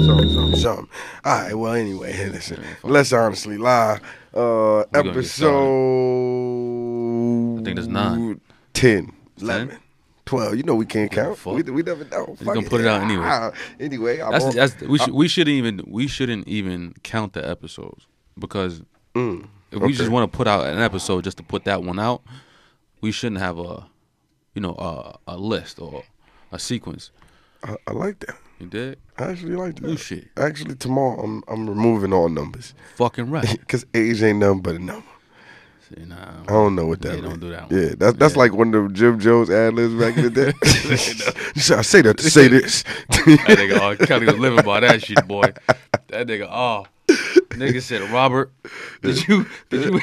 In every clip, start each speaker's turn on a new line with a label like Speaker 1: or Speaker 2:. Speaker 1: Oh. something. All right. Well, anyway, listen. Let's honestly lie. Uh,
Speaker 2: gonna get
Speaker 1: episode.
Speaker 2: I think that's nine. Oh,
Speaker 1: 10, 11, 12. You know we can't count.
Speaker 2: fuck.
Speaker 1: We, we never know. Fuck
Speaker 2: gonna put it out anyway.
Speaker 1: Ah, Anyway, I'm
Speaker 2: That's,
Speaker 1: on-
Speaker 2: that's we should we shouldn't even we shouldn't even count the episodes because if we just want to put out an episode just to put that one out, we shouldn't have a you know a, a list or a sequence.
Speaker 1: I, I like that.
Speaker 2: You did
Speaker 1: I actually like that.
Speaker 2: new Oh, shit,
Speaker 1: Actually, tomorrow I'm I'm removing all numbers
Speaker 2: fucking right.
Speaker 1: because age ain't nothing but a number.
Speaker 2: See, nah,
Speaker 1: I don't know what that
Speaker 2: Yeah, don't do
Speaker 1: means.
Speaker 2: that one.
Speaker 1: Yeah, that's that's
Speaker 2: Yeah.
Speaker 1: like one of the Jim Jones ad libs back in the day. You said, I say that to say this.
Speaker 2: That nigga, oh, Kelly was living by that shit, boy. That nigga, oh. Nigga said, Robert, did you, did you,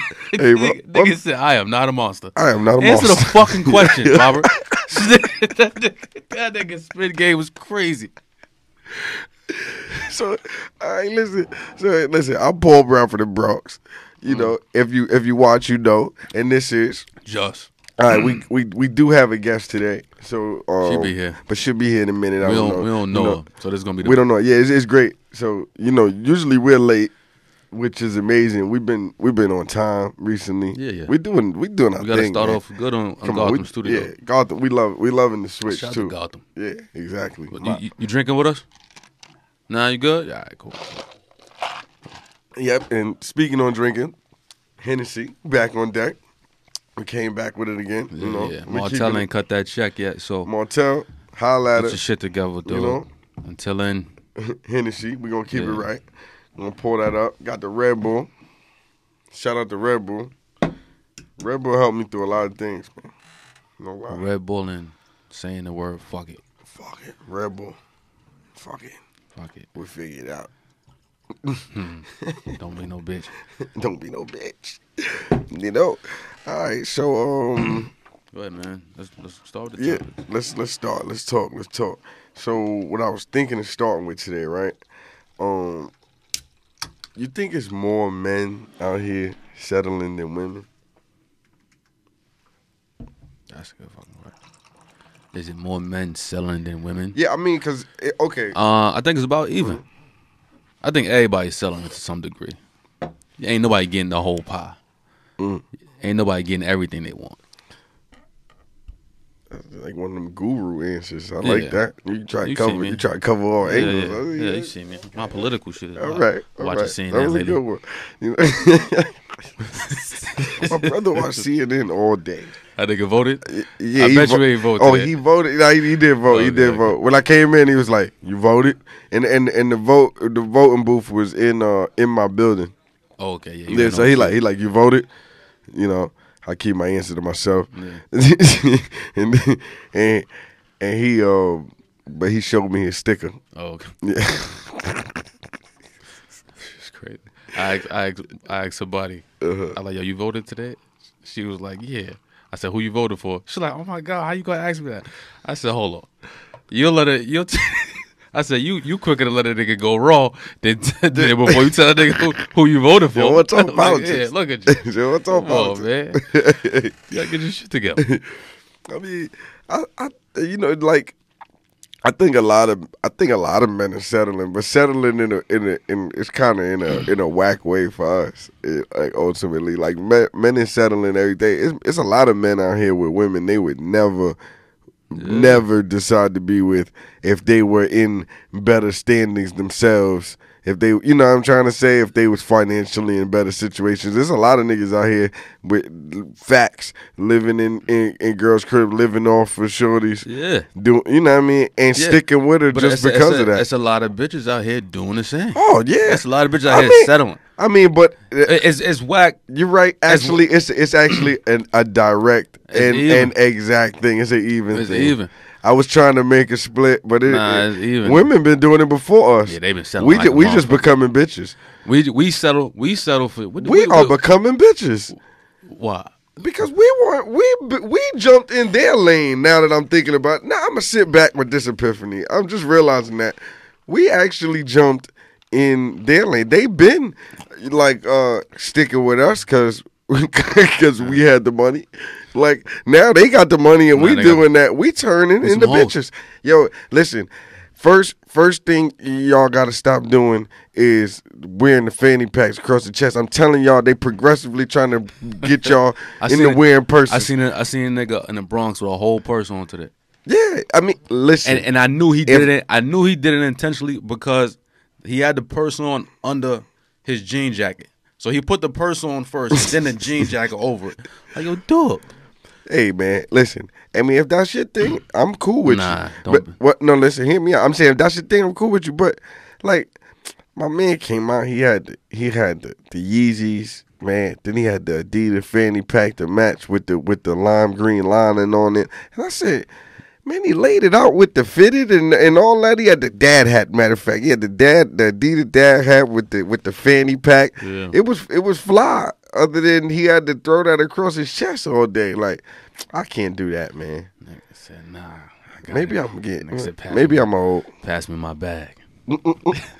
Speaker 1: Hey, bro,
Speaker 2: nigga, nigga
Speaker 1: I'm-
Speaker 2: said, I am not a monster.
Speaker 1: I am not a
Speaker 2: Answer
Speaker 1: monster.
Speaker 2: the fucking question, Robert. that, nigga, that nigga spin game was crazy.
Speaker 1: so, all right, listen. So, listen. I'm Paul Brown from the Bronx.
Speaker 2: Mm.
Speaker 1: You know, if you if you watch, you know. And this is
Speaker 2: Just,
Speaker 1: all right. We we we do have a guest today. So um,
Speaker 2: She'll be here.
Speaker 1: but she'll be here in a minute. I
Speaker 2: we
Speaker 1: don't
Speaker 2: don't,
Speaker 1: know.
Speaker 2: we don't
Speaker 1: You
Speaker 2: know, him, so this is gonna be the,
Speaker 1: We don't know. Yeah, it's, it's great. So you know, usually we're late, which is amazing. We've been we've been on time recently.
Speaker 2: Yeah, yeah.
Speaker 1: We're doing we doing our
Speaker 2: we gotta
Speaker 1: thing,
Speaker 2: start
Speaker 1: man.
Speaker 2: off good on, on
Speaker 1: Come
Speaker 2: Gotham
Speaker 1: we,
Speaker 2: Studio.
Speaker 1: Yeah, Gotham. We love we loving the switch
Speaker 2: Shout out
Speaker 1: too.
Speaker 2: to Gotham.
Speaker 1: Yeah, exactly.
Speaker 2: What,
Speaker 1: My-
Speaker 2: you, you, you drinking with us? Nah, you good? All right, cool.
Speaker 1: yep. And speaking on drinking, Hennessy back on deck. We came back with it again.
Speaker 2: Yeah,
Speaker 1: you know,
Speaker 2: yeah.
Speaker 1: We
Speaker 2: Martell
Speaker 1: keeping it-
Speaker 2: ain't cut that check yet, so
Speaker 1: Martell, holla at
Speaker 2: get your
Speaker 1: us.
Speaker 2: shit together, dude.
Speaker 1: know?
Speaker 2: Until then,
Speaker 1: Hennessy. We gonna keep it
Speaker 2: Yeah.
Speaker 1: right. I'm gonna pull that up. Got the Red Bull. Shout out to Red Bull. Red Bull helped me through a lot of things, man. No lie.
Speaker 2: Red Bull and saying the word fuck it.
Speaker 1: Fuck it. Red Bull. Fuck it.
Speaker 2: Fuck it.
Speaker 1: We figure it out.
Speaker 2: Don't be no bitch.
Speaker 1: Don't be no bitch. You know. All right. So um.
Speaker 2: Go ahead, man. Let's, let's start with the
Speaker 1: Yeah,
Speaker 2: topic.
Speaker 1: let's let's start. Let's talk. Let's talk. So what I was thinking of starting with today, right? Um, you think it's more men out here settling than women?
Speaker 2: That's a good fucking word. Is it more men selling than women?
Speaker 1: Yeah, I mean, cause it, okay,
Speaker 2: Uh, I think it's about even. I think everybody's selling it to some degree. Ain't nobody getting the whole pie.
Speaker 1: Mm.
Speaker 2: Ain't nobody getting everything they want.
Speaker 1: like one of them guru answers. I
Speaker 2: Yeah.
Speaker 1: like that. You try to
Speaker 2: You see
Speaker 1: cover.
Speaker 2: me.
Speaker 1: You try to cover all
Speaker 2: Yeah,
Speaker 1: angles.
Speaker 2: yeah,
Speaker 1: I mean,
Speaker 2: yeah, you see me. My political shit is
Speaker 1: All
Speaker 2: hot.
Speaker 1: right, all
Speaker 2: Watch
Speaker 1: right.
Speaker 2: you seeing
Speaker 1: that
Speaker 2: that,
Speaker 1: was a
Speaker 2: lately.
Speaker 1: good one. You know- My brother watched CNN all day.
Speaker 2: That nigga voted.
Speaker 1: Yeah,
Speaker 2: I
Speaker 1: he
Speaker 2: bet you ain't voted
Speaker 1: Oh,
Speaker 2: yet.
Speaker 1: he voted. No, he, he did vote. he
Speaker 2: Voted,
Speaker 1: did
Speaker 2: okay.
Speaker 1: vote. When I came in, he was like, "You voted," and and and the vote the voting booth was in uh in my building.
Speaker 2: Oh, okay, yeah. you
Speaker 1: Yeah,
Speaker 2: went
Speaker 1: so
Speaker 2: on.
Speaker 1: he like he like you voted. You know, I keep my answer to myself. and and and he um, but he showed me his sticker.
Speaker 2: Oh, okay.
Speaker 1: Yeah,
Speaker 2: It's crazy. I asked, I asked, I asked somebody.
Speaker 1: Uh-huh.
Speaker 2: I like, yo, you voted today? She was like, yeah. I said, who you voted for? She's like, oh my god, how you gonna ask me that? I said, hold on. You'll let it. You'll. T- I said, you you quicker to let a nigga go raw than, than before you tell a nigga who, who you voted for.
Speaker 1: Yo, what's up,
Speaker 2: Like,
Speaker 1: politics?
Speaker 2: yeah, look at you.
Speaker 1: Yo, what's up,
Speaker 2: Come on, Oh, man.
Speaker 1: politics?
Speaker 2: you gotta get your shit together.
Speaker 1: I mean, I, I, you know, like, I think a lot of, I think a lot of men are settling, but settling in a, in a, in, it's kind of in a, in a whack way for us. It, like ultimately, like men, men is settling every day. It's, it's a lot of men out here with women they would never. Never decide to be with if they were in better standings themselves. If they, you know, what I'm trying to say, if they was financially in better situations, there's a lot of niggas out here with facts living in in, in girls' crib, living off of shorties.
Speaker 2: Yeah.
Speaker 1: Do you know what I mean? And
Speaker 2: Yeah.
Speaker 1: sticking with her
Speaker 2: But
Speaker 1: just
Speaker 2: it's a-
Speaker 1: because
Speaker 2: it's a,
Speaker 1: of that.
Speaker 2: It's a lot of bitches out here doing the same.
Speaker 1: oh yeah,
Speaker 2: It's a lot of bitches
Speaker 1: I
Speaker 2: out here
Speaker 1: mean-
Speaker 2: settling.
Speaker 1: I mean, but uh,
Speaker 2: It- It's it's whack
Speaker 1: you're right.
Speaker 2: As-
Speaker 1: Actually, it's it's actually an, a direct
Speaker 2: It's
Speaker 1: and
Speaker 2: even.
Speaker 1: and exact thing. It's an even.
Speaker 2: It's
Speaker 1: thing.
Speaker 2: even.
Speaker 1: I was trying to make a split, but it,
Speaker 2: Nah,
Speaker 1: it-
Speaker 2: it's even.
Speaker 1: women been doing it before us.
Speaker 2: Yeah, they been selling
Speaker 1: We
Speaker 2: like
Speaker 1: ju-
Speaker 2: a
Speaker 1: we just
Speaker 2: motherfucker.
Speaker 1: becoming bitches.
Speaker 2: We we settle we settle for what,
Speaker 1: We
Speaker 2: what,
Speaker 1: are becoming bitches.
Speaker 2: why
Speaker 1: Because we weren't we we jumped in their lane. Now that I'm thinking about, now I'm gonna sit back with this epiphany. I'm just realizing that we actually jumped in their lane. They been like uh sticking with us because because we had the money. Like now they got the money and
Speaker 2: Nah,
Speaker 1: we
Speaker 2: they got-
Speaker 1: doing that. We turning
Speaker 2: It's
Speaker 1: into
Speaker 2: some hoes.
Speaker 1: bitches. Yo, listen. First, first thing y'all gotta stop doing is wearing the fanny packs across the chest. I'm telling y'all, they progressively trying to get y'all
Speaker 2: I
Speaker 1: in
Speaker 2: seen
Speaker 1: the
Speaker 2: it.
Speaker 1: wearing person.
Speaker 2: I seen a, I seen a nigga in the Bronx with a whole purse on today,
Speaker 1: yeah, I mean, listen,
Speaker 2: and and I knew he did
Speaker 1: If-
Speaker 2: it. I knew he did it intentionally because he had the purse on under his jean jacket. So he put the purse on first, then the jean jacket over it. Like yo, dude,
Speaker 1: hey man, listen. I mean, if that's your thing, I'm cool with
Speaker 2: Nah,
Speaker 1: you.
Speaker 2: don't
Speaker 1: but
Speaker 2: be-
Speaker 1: what? No, listen, hear me out. I'm saying if that's your thing, I'm cool with you. But like, my man came out. He had the, he had the, the Yeezys, man. Then he had the Adidas fanny pack to match with the with the lime green lining on it. And I said, man, he laid it out with the fitted and and all that. He had the dad hat. Matter of fact, he had the dad the Adidas dad hat with the with the fanny pack.
Speaker 2: Yeah.
Speaker 1: It was it was fly. Other than he had to throw that across his chest all day, like I can't do that, man.
Speaker 2: Nigga said, nah. I got
Speaker 1: Maybe
Speaker 2: it.
Speaker 1: I'm getting
Speaker 2: Nigga said, pass
Speaker 1: maybe
Speaker 2: me-
Speaker 1: I'm old.
Speaker 2: pass me my bag.
Speaker 1: Nigga,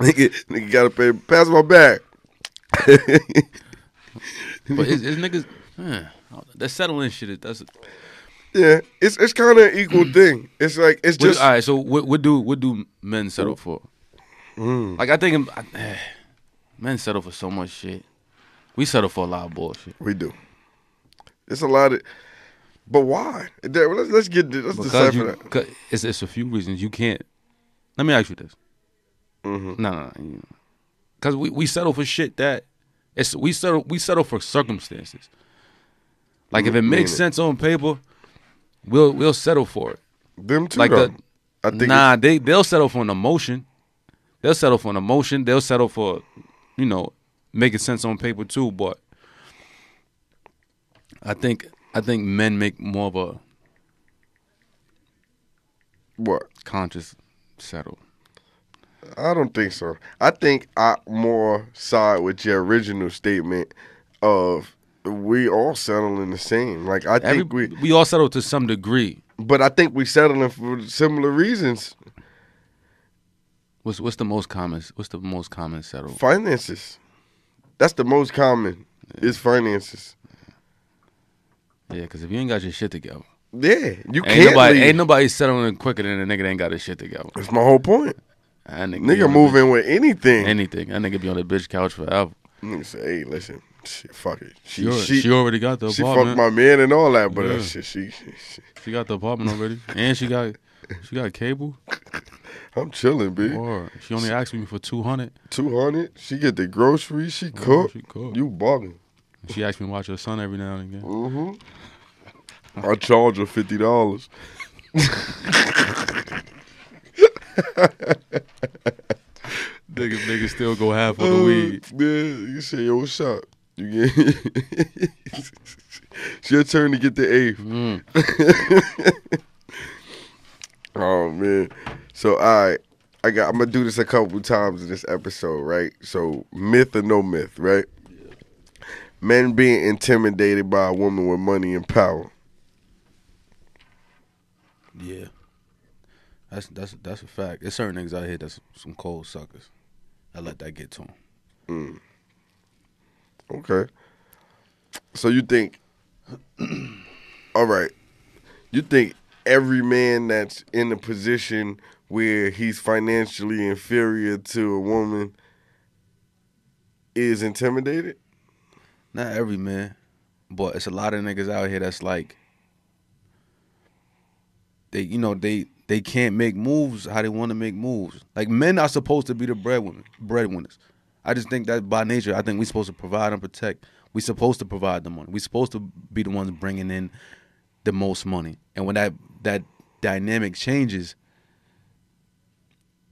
Speaker 1: nigga gotta pay, pass my back.
Speaker 2: But it's, it's niggas, man, that settling shit. is- That's
Speaker 1: Yeah, it's it's kind of an equal thing. It's like it's
Speaker 2: Mm. What-
Speaker 1: just
Speaker 2: all right. So what, what do what do men settle for?
Speaker 1: mm,
Speaker 2: Like I think I, eh, men settle for so much shit. We settle for a lot of bullshit
Speaker 1: we do. It's a lot of, but why? There- Let's let's get let's
Speaker 2: because
Speaker 1: decipher
Speaker 2: you,
Speaker 1: that.
Speaker 2: 'cause it's it's a few reasons you can't. Let me ask you this.
Speaker 1: Mm-hmm.
Speaker 2: No, no, no. Because we we settle for shit that it's we settle we settle for circumstances. Like if it makes
Speaker 1: meaning?
Speaker 2: sense on paper, we'll we'll settle for it.
Speaker 1: Them too,
Speaker 2: like
Speaker 1: though.
Speaker 2: the-
Speaker 1: I think
Speaker 2: nah, they they'll settle for an emotion. They'll settle for an emotion. They'll settle for, you know, making sense on paper too. But I think I think men make more of a
Speaker 1: what?
Speaker 2: conscious settle.
Speaker 1: I don't think so. I think I more side with your original statement of we all settling the same. Like I
Speaker 2: Every,
Speaker 1: think
Speaker 2: we,
Speaker 1: we,
Speaker 2: all settle to some degree.
Speaker 1: but I think we settling for similar reasons.
Speaker 2: What's what's the most common? What's the most common settle?
Speaker 1: Finances. That's the most common. Is finances.
Speaker 2: Yeah, because if you ain't got your shit together,
Speaker 1: Yeah, you
Speaker 2: ain't
Speaker 1: can't.
Speaker 2: nobody
Speaker 1: leave.
Speaker 2: ain't nobody settling quicker than a nigga that ain't got his shit together.
Speaker 1: That's my whole point.
Speaker 2: That nigga, be
Speaker 1: Nigga
Speaker 2: on the
Speaker 1: moving with anything.
Speaker 2: bitch- anything. That nigga be on the bitch couch forever.
Speaker 1: Nigga say, hey, listen, shit, fuck it. She
Speaker 2: She, al-
Speaker 1: she,
Speaker 2: she
Speaker 1: she,
Speaker 2: already got the apartment.
Speaker 1: fucked my man and all that, but
Speaker 2: Yeah.
Speaker 1: that shit, she, she, she-
Speaker 2: She got the apartment already, and she got she got cable.
Speaker 1: I'm chilling, bitch.
Speaker 2: Or she only asked me for two hundred.
Speaker 1: Two hundred. She get the groceries. She cook.
Speaker 2: She cook.
Speaker 1: You bugging.
Speaker 2: She asked me to watch her son every now and again.
Speaker 1: hmm I charge her fifty dollars.
Speaker 2: Niggas, niggas still go half for
Speaker 1: Uh,
Speaker 2: the weed.
Speaker 1: Man, you say yo, what's up? You get. it's your turn to get the eighth.
Speaker 2: Mm.
Speaker 1: Oh man. So I I got I'm gonna do this a couple times in this episode, right? So myth or no myth, right? Men being intimidated by a woman with money and power.
Speaker 2: Yeah, that's that's that's a fact. There's certain niggas out here that's some cold suckers. I let that get to them.
Speaker 1: Mm. Okay. So you think all right. You think every man that's in a position where he's financially inferior to a woman is intimidated?
Speaker 2: Not every man, but it's a lot of niggas out here that's like they you know they they can't make moves how they want to make moves. Like men are supposed to be the breadwinner, breadwinners. I just think that by nature, I think we're supposed to provide and protect. We're supposed to provide the money. We're supposed to be the ones bringing in the most money. And when that that dynamic changes,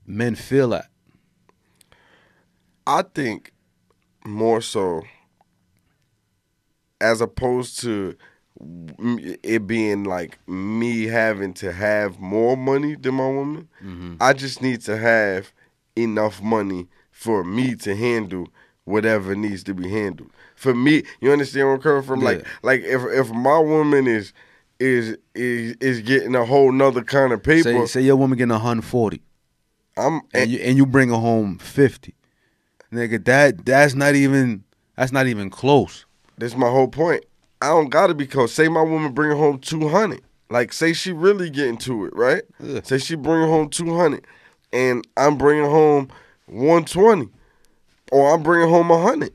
Speaker 2: men feel that.
Speaker 1: I think more so as opposed to m- it being like me having to have more money than my woman,
Speaker 2: Mm-hmm.
Speaker 1: I just need to have enough money for me to handle whatever needs to be handled. For me, you understand where I'm coming from? Like
Speaker 2: Yeah.
Speaker 1: like if if my woman is is is is getting a whole nother kind of
Speaker 2: Say,
Speaker 1: paper,
Speaker 2: say your woman getting 140.
Speaker 1: I'm
Speaker 2: and you and you bring her home fifty, nigga. That that's not even that's not even close.
Speaker 1: That's my whole point. I don't gotta be close. Say my woman bring home two hundred. Like, say she really getting to it, right?
Speaker 2: Yeah.
Speaker 1: Say she bringing home two hundred, and I'm bringing home one twenty, or I'm bringing home a hundred.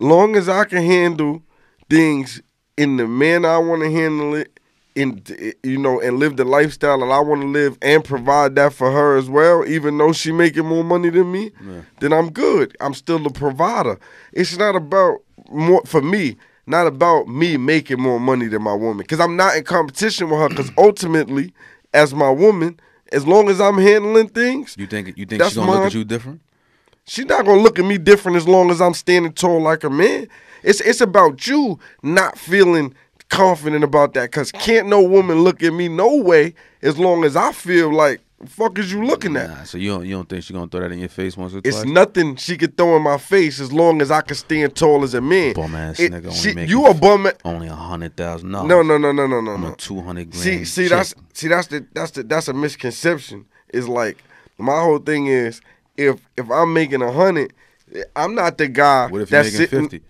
Speaker 1: Long as I can handle things in the manner I want to handle it, in you know, and live the lifestyle that I want to live, and provide that for her as well. Even though she making more money than me, then I'm good. I'm still the provider. It's not about more for me. Not about me making more money than my woman, because I'm not in competition with her. Because ultimately, as my woman, as long as I'm handling things,
Speaker 2: You think you think
Speaker 1: That's
Speaker 2: she's gonna look
Speaker 1: mine.
Speaker 2: at you different?
Speaker 1: She's not gonna look at me different as long as I'm standing tall like a man. It's it's about you not feeling confident about that. Cause can't no woman look at me no way as long as I feel like fuck is you looking at.
Speaker 2: Nah, so you don't you don't think she's gonna throw that in your face once or
Speaker 1: It's
Speaker 2: twice?
Speaker 1: nothing she could throw in my face as long as I can stand tall as a man.
Speaker 2: Bum ass
Speaker 1: It-
Speaker 2: nigga only
Speaker 1: she-
Speaker 2: making
Speaker 1: you a bum.
Speaker 2: Only a hundred thousand dollars.
Speaker 1: No, no, no, no, no, no,
Speaker 2: Oh. I'm a
Speaker 1: no.
Speaker 2: two hundred grand.
Speaker 1: See, see,
Speaker 2: chick.
Speaker 1: that's see, that's the that's the that's a misconception. Is like my whole thing is if if I'm making a hundred, I'm not the guy
Speaker 2: what if you're
Speaker 1: that's
Speaker 2: making
Speaker 1: sitting.
Speaker 2: fifty?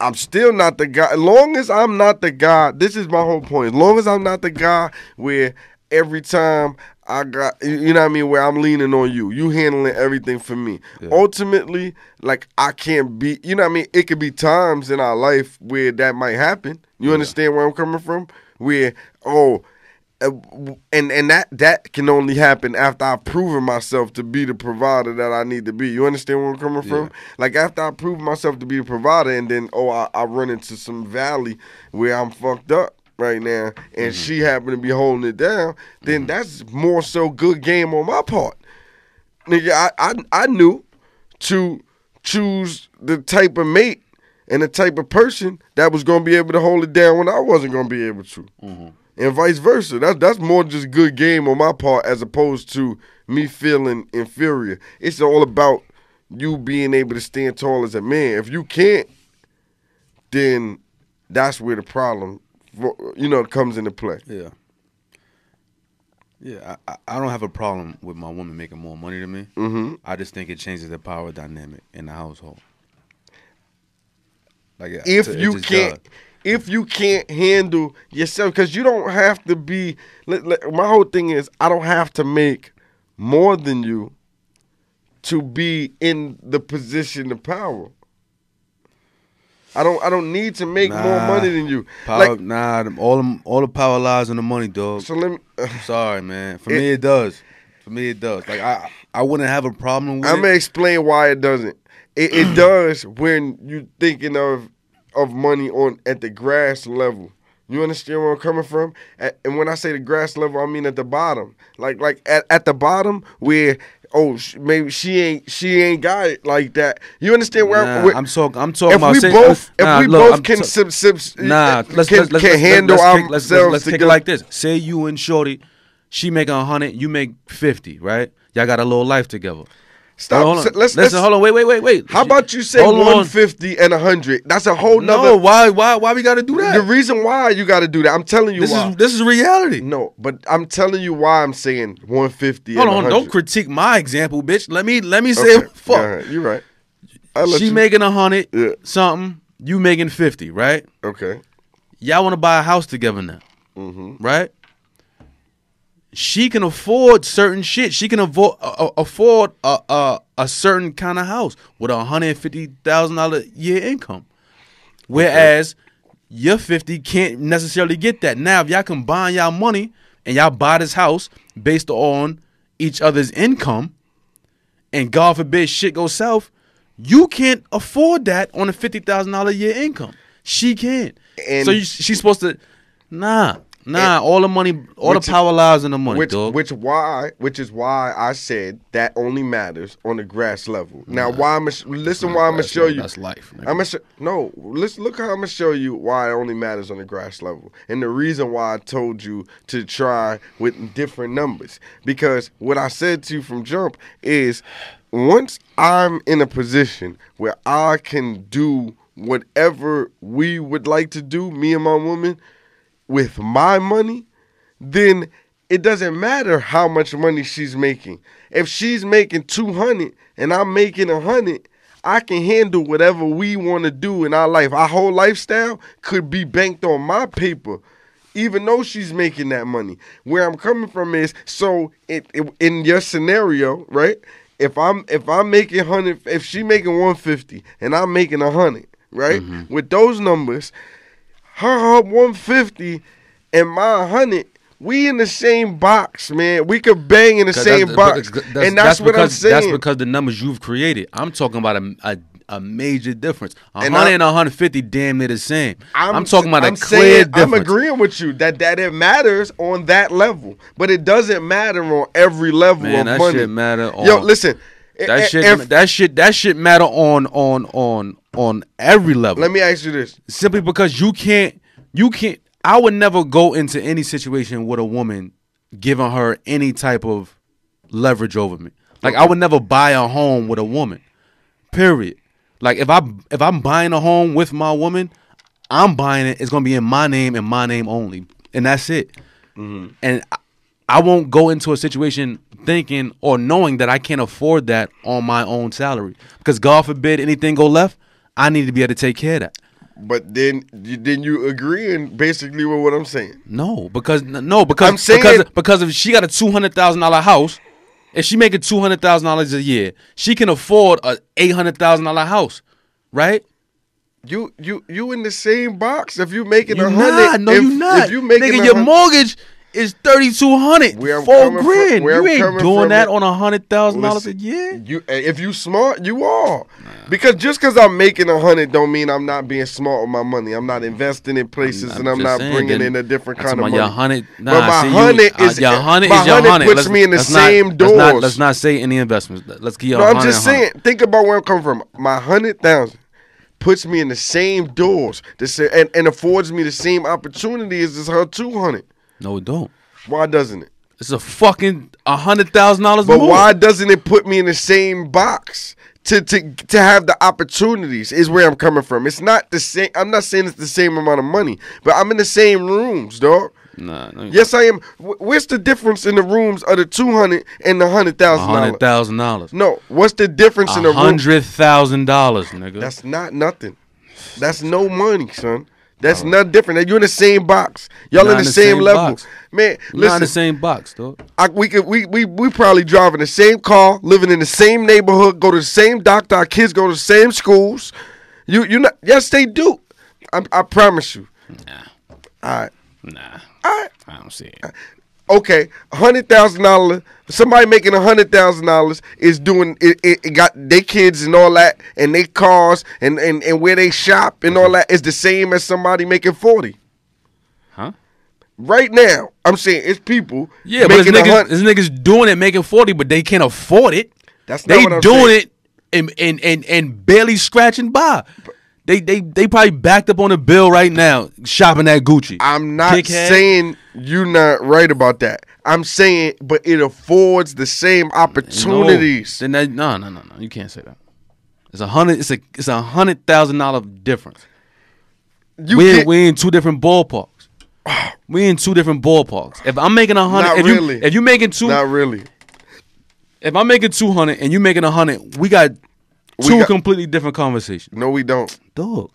Speaker 1: I'm still not the guy. As long as I'm not the guy, this is my whole point. As long as I'm not the guy where every time I got, you you know what I mean, where I'm leaning on you, you handling everything for me. Ultimately, like I can't be, you know what I mean? It could be times in our life where that might happen. You understand where I'm coming from? Where, oh, uh, and and that that can only happen after I've proven myself to be the provider that I need to be. You understand where I'm coming from? Like after I prove myself to be the provider, and then oh, I, I run into some valley where I'm fucked up right now, and she happened to be holding it down. Then that's more so good game on my part, nigga. I I, I knew to choose the type of mate and the type of person that was gonna be able to hold it down when I wasn't gonna be able to,
Speaker 2: Mm-hmm,
Speaker 1: and vice versa. That's that's more just good game on my part as opposed to me feeling inferior. It's all about you being able to stand tall as a man. If you can't, then that's where the problem, you know, comes into play.
Speaker 2: Yeah. Yeah, I, I I don't have a problem with my woman making more money than me.
Speaker 1: hmm
Speaker 2: I just think it changes the power dynamic in the household. Like it-
Speaker 1: if
Speaker 2: it
Speaker 1: you
Speaker 2: just
Speaker 1: can't
Speaker 2: does.
Speaker 1: if you can't handle yourself because you don't have to be let- let- my whole thing is i don't have to make more than you to be in the position of power i don't i don't need to make more
Speaker 2: Nah.
Speaker 1: money than you
Speaker 2: power,
Speaker 1: like
Speaker 2: nah, them, all them, all the power lies in the money, dog.
Speaker 1: so let me
Speaker 2: I'm sorry, man. For
Speaker 1: It-
Speaker 2: me, it does. For me, it does. Like I, I wouldn't have a problem with
Speaker 1: i'm
Speaker 2: it.
Speaker 1: gonna explain why it doesn't it, it does when you thinking of of money on at the grass level You understand where I'm coming from? At, and when I say the grass level, I mean at the bottom. Like like at, at the bottom where oh sh- maybe she ain't she ain't got it like that. You understand where
Speaker 2: Nah, where- I'm talking. I'm talking
Speaker 1: if
Speaker 2: about
Speaker 1: we
Speaker 2: say-
Speaker 1: both
Speaker 2: nah,
Speaker 1: if we
Speaker 2: look,
Speaker 1: both
Speaker 2: I'm
Speaker 1: can
Speaker 2: ta-
Speaker 1: sip sips
Speaker 2: Nah, let's
Speaker 1: can,
Speaker 2: let's, let's,
Speaker 1: can
Speaker 2: let's,
Speaker 1: handle
Speaker 2: let's, kick- let's,
Speaker 1: ourselves
Speaker 2: let's, let's kick it
Speaker 1: together.
Speaker 2: like this. Say you and Shorty, she make a hundred, you make fifty, right? Y'all got a little life together.
Speaker 1: Stop.
Speaker 2: Hold on,
Speaker 1: So let's-
Speaker 2: listen.
Speaker 1: let's-
Speaker 2: hold on. Wait, wait, wait, wait.
Speaker 1: How about you say
Speaker 2: Hold on.
Speaker 1: 150 and 100? That's a whole nother
Speaker 2: No, why, why, why we got to do that?
Speaker 1: The reason why you got to do that, I'm telling you
Speaker 2: this
Speaker 1: why.
Speaker 2: is this is reality.
Speaker 1: no, but I'm telling you why I'm saying 150
Speaker 2: Hold
Speaker 1: and
Speaker 2: on,
Speaker 1: 100.
Speaker 2: don't critique my example, bitch. Let me let me say
Speaker 1: Okay,
Speaker 2: fuck.
Speaker 1: all right, You're right. I let
Speaker 2: She
Speaker 1: you-
Speaker 2: making a hundred
Speaker 1: Yeah.
Speaker 2: something, you making fifty, right?
Speaker 1: Okay. Mm-hmm.
Speaker 2: Y'all want to buy a house together now, right? She can afford certain shit. She can avo- a- a- afford a, a a certain kind of house with a hundred and fifty thousand dollar year income, whereas your fifty can't necessarily get that. Now, if y'all combine y'all money and y'all buy this house based on each other's income, and God forbid shit goes south, you can't afford that on a fifty thousand dollar year income. She can't.
Speaker 1: And-
Speaker 2: so you, she's supposed to, nah, nah. all the money, all the
Speaker 1: Which-
Speaker 2: power lies in the money,
Speaker 1: which
Speaker 2: dog.
Speaker 1: which why which is why I said that only matters on the grass level. Now why I'm listen why I'm gonna
Speaker 2: That's
Speaker 1: show
Speaker 2: life,
Speaker 1: you.
Speaker 2: That's life. nigga.
Speaker 1: I'm gonna sh- no. Let's look how I'm gonna show you why it only matters on the grass level, and the reason why I told you to try with different numbers because what I said to you from jump is once I'm in a position where I can do whatever we would like to do, me and my woman, with my money, then it doesn't matter how much money she's making. If she's making 200 and I'm making 100, I can handle whatever we want to do in our life. Our whole lifestyle could be banked on my paper even though she's making that money. Where I'm coming from is so it, it- in your scenario, right? If I'm if I'm making hundred, if she making one fifty and I'm making a hundred, right? With those numbers, her, her 150 and my 100 we in the same box man we could bang in the same box and that's, what
Speaker 2: because,
Speaker 1: i'm saying
Speaker 2: That's because the numbers you've created. I'm talking about a a, a major difference. A
Speaker 1: And
Speaker 2: hundred
Speaker 1: I-
Speaker 2: and a hundred fifty, damn near the same. I'm,
Speaker 1: s-
Speaker 2: talking about
Speaker 1: I'm
Speaker 2: a clear
Speaker 1: saying- I'm
Speaker 2: difference.
Speaker 1: agreeing with you that that it matters on that level, but it doesn't matter on every level
Speaker 2: Man,
Speaker 1: of
Speaker 2: that
Speaker 1: money.
Speaker 2: shit matter
Speaker 1: Yo,
Speaker 2: on-
Speaker 1: listen, i- i-
Speaker 2: That shit,
Speaker 1: if-
Speaker 2: that shit, that shit matter on on on on every level.
Speaker 1: let me ask you this:
Speaker 2: Simply because you can't, you can't. I would never go into any situation with a woman giving her any type of leverage over me. Like I would never buy a home with a woman. Period. Like if I if I'm buying a home with my woman, I'm buying it. It's gonna be in my name and my name only, and that's it. And I, I won't go into a situation thinking or knowing that I can't afford that on my own salary because God forbid anything go left, I need to be able to take care of that.
Speaker 1: But then, you- then you agreeing basically with what I'm saying.
Speaker 2: No, because n- no, because
Speaker 1: I'm saying-
Speaker 2: because because if she got a two hundred thousand dollar house, if she making two hundred thousand dollars a year, she can afford a eight hundred thousand dollar house, right?
Speaker 1: You, you, you in the same box if you making
Speaker 2: You
Speaker 1: a
Speaker 2: not,
Speaker 1: hundred.
Speaker 2: no,
Speaker 1: if,
Speaker 2: you not,
Speaker 1: If you making
Speaker 2: nigga,
Speaker 1: a
Speaker 2: your
Speaker 1: hun-
Speaker 2: mortgage is thirty two hundred,
Speaker 1: Where I'm
Speaker 2: four
Speaker 1: coming from-
Speaker 2: grand.
Speaker 1: where
Speaker 2: you
Speaker 1: I'm
Speaker 2: ain't
Speaker 1: coming
Speaker 2: doing
Speaker 1: from
Speaker 2: that
Speaker 1: is-
Speaker 2: on a hundred thousand dollars a
Speaker 1: Listen,
Speaker 2: year.
Speaker 1: You, if you smart, you are. Because just because I'm making a hundred, don't mean I'm not being smart with my money. I'm not investing in places, and I'm
Speaker 2: just
Speaker 1: not
Speaker 2: saying,
Speaker 1: bringing
Speaker 2: then
Speaker 1: in a different
Speaker 2: I'm
Speaker 1: kind of
Speaker 2: talking
Speaker 1: money.
Speaker 2: about Your hundred, nah,
Speaker 1: but my
Speaker 2: see, you-
Speaker 1: hundred
Speaker 2: uh,
Speaker 1: is
Speaker 2: your hundred
Speaker 1: my
Speaker 2: is your hundred.
Speaker 1: puts
Speaker 2: Let's-
Speaker 1: me in the
Speaker 2: let's not-
Speaker 1: same
Speaker 2: let's
Speaker 1: doors.
Speaker 2: not- Let's not say any investments. Let- Let's keep your
Speaker 1: no,
Speaker 2: hundred.
Speaker 1: I'm just
Speaker 2: and 100.
Speaker 1: saying. Think about where I'm coming from. My hundred thousand puts me in the same doors, the sa- and and affords me the same opportunities as her two hundred.
Speaker 2: No, it don't.
Speaker 1: Why doesn't it?
Speaker 2: It's a fucking a hundred thousand dollars
Speaker 1: But
Speaker 2: more.
Speaker 1: why doesn't it put me in the same box to to to have the opportunities? Is where I'm coming from. It's not the same. I'm not saying it's the same amount of money, but I'm in the same rooms, dog.
Speaker 2: Nah, no,
Speaker 1: Yes, I am. Wh- Where's the difference in the rooms of the two hundred and the hundred thousand
Speaker 2: hundred
Speaker 1: dollars?
Speaker 2: thousand dollars.
Speaker 1: No, what's the difference in the
Speaker 2: A
Speaker 1: room?
Speaker 2: hundred thousand dollars, nigga.
Speaker 1: That's not nothing. That's no money, son. That's not different. You're in the same box. Y'all
Speaker 2: Not
Speaker 1: in the, same, level,
Speaker 2: box.
Speaker 1: man.
Speaker 2: We're not
Speaker 1: Listen,
Speaker 2: in the same box, though.
Speaker 1: I, we could we, we we probably driving the same car, living in the same neighborhood, go to the same doctor, our kids go to the same schools. You you not yes they do. I, I promise you.
Speaker 2: Nah,
Speaker 1: All right.
Speaker 2: nah,
Speaker 1: All right.
Speaker 2: I don't see it.
Speaker 1: Okay, hundred thousand dollars. Somebody making hundred thousand dollars is doing it, it, it. Got their kids and all that, and they cars and, and and where they shop and all
Speaker 2: Mm-hmm.
Speaker 1: that is the same as somebody making forty.
Speaker 2: Huh?
Speaker 1: Right now, I'm saying it's people.
Speaker 2: Yeah, but it's
Speaker 1: making a
Speaker 2: niggas,
Speaker 1: hun-
Speaker 2: it's niggas doing it, making forty, but they can't afford it.
Speaker 1: That's not
Speaker 2: they
Speaker 1: what I'm
Speaker 2: doing
Speaker 1: saying.
Speaker 2: it and and and and barely scratching by. They they they probably backed up on the bill right now, shopping at Gucci.
Speaker 1: I'm not
Speaker 2: Dickhead.
Speaker 1: saying you're not right about that. I'm saying, but it affords the same
Speaker 2: No.
Speaker 1: opportunities.
Speaker 2: Then that, no, no, no, no. You can't say that. It's a hundred. It's a it's a hundred thousand dollar difference.
Speaker 1: You
Speaker 2: we in,
Speaker 1: get-
Speaker 2: we in two different ballparks. We in two different ballparks. If I'm making a
Speaker 1: Not
Speaker 2: hundred, if
Speaker 1: really.
Speaker 2: you if you making two,
Speaker 1: not really.
Speaker 2: if I'm making two hundred and you making a hundred, we got
Speaker 1: We
Speaker 2: two
Speaker 1: got-
Speaker 2: completely different conversations.
Speaker 1: No, we don't.
Speaker 2: Dog,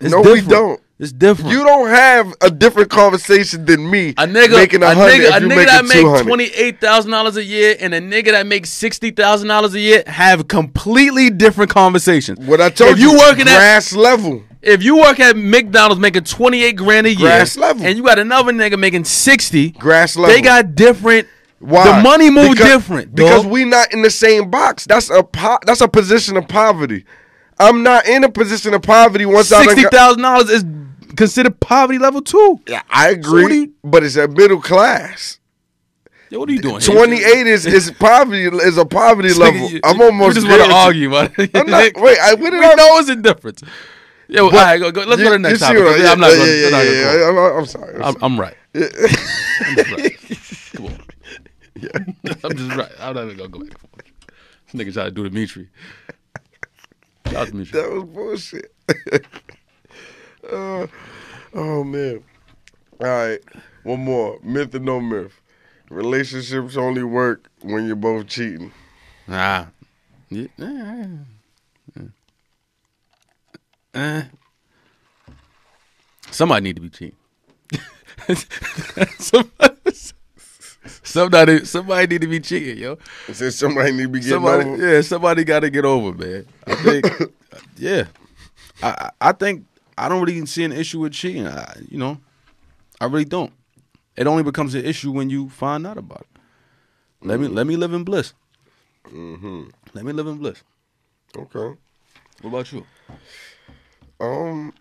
Speaker 2: it's
Speaker 1: No, we don't.
Speaker 2: It's different.
Speaker 1: You don't have a different conversation than me.
Speaker 2: Hmm. a nigga,
Speaker 1: making
Speaker 2: a
Speaker 1: hundred
Speaker 2: nigga,
Speaker 1: if
Speaker 2: a
Speaker 1: you
Speaker 2: nigga that
Speaker 1: making two
Speaker 2: make
Speaker 1: hundred.
Speaker 2: twenty eight thousand dollars a year and a nigga that makes sixty thousand dollars a year have completely different conversations.
Speaker 1: What I told
Speaker 2: if
Speaker 1: you,
Speaker 2: you working at
Speaker 1: grass level.
Speaker 2: If you work at McDonald's making twenty eight grand a year,
Speaker 1: Grass level.
Speaker 2: and you got another nigga making sixty,
Speaker 1: Grass level.
Speaker 2: they got different.
Speaker 1: Why?
Speaker 2: The money move
Speaker 1: Because-
Speaker 2: different
Speaker 1: because
Speaker 2: dog.
Speaker 1: we not in the same box. That's a po- that's a position of poverty. I'm not in a position of poverty once I done
Speaker 2: sixty
Speaker 1: got-
Speaker 2: thousand dollars is considered poverty level two.
Speaker 1: Yeah, I
Speaker 2: what
Speaker 1: agree,
Speaker 2: do you-
Speaker 1: but it's a middle class.
Speaker 2: Yo, what are you doing? here?
Speaker 1: Twenty eight is is poverty is a poverty
Speaker 2: This nigga,
Speaker 1: level.
Speaker 2: you-
Speaker 1: I'm
Speaker 2: you
Speaker 1: almost
Speaker 2: just want to
Speaker 1: guaranteed-
Speaker 2: argue about it.
Speaker 1: I'm not, wait, I, what
Speaker 2: we
Speaker 1: did I
Speaker 2: know it's a difference. Yeah, well,
Speaker 1: But-
Speaker 2: all right, go, go, let's
Speaker 1: You-
Speaker 2: go to the
Speaker 1: you
Speaker 2: next
Speaker 1: see
Speaker 2: topic.
Speaker 1: what I-
Speaker 2: I'm not
Speaker 1: yeah,
Speaker 2: going.
Speaker 1: yeah, yeah, yeah, I'm, I'm sorry. I'm
Speaker 2: I'm,
Speaker 1: sorry.
Speaker 2: I'm right. I'm just right. Come on. I'm just right. I'm not even gonna go back and forth. This nigga try to do Dimitri. Shout out to Dimitri.
Speaker 1: that was bullshit. Uh, oh man. All right, one more myth or no myth. Relationships only work when you're both cheating.
Speaker 2: Nah. Yeah. yeah, yeah. Eh. Somebody Eh. need to be cheating. somebody, somebody, somebody need to be cheating, yo.
Speaker 1: Since somebody need to be getting
Speaker 2: Somebody,
Speaker 1: over.
Speaker 2: yeah, somebody got to get over, man. I think, yeah, I, I I think I don't really see an issue with cheating. I, you know, I really don't. It only becomes an issue when you find out about it. Let me let me live in bliss. Let me live in bliss.
Speaker 1: Okay.
Speaker 2: Mm-hmm. What about you?
Speaker 1: Um,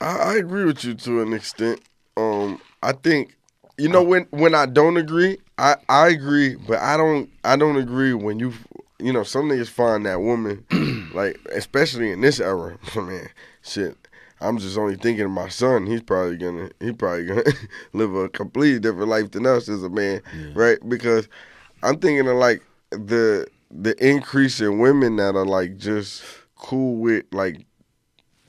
Speaker 1: I, I agree with you to an extent. Um, I think you know when when I don't agree, I I agree, but I don't I don't agree when you you know some niggas find that woman like especially in this era, man, shit. I'm just only thinking of my son. He's probably gonna he probably gonna live a completely different life than us as a man, right? Because I'm thinking of like the the increase in women that are like just cool with like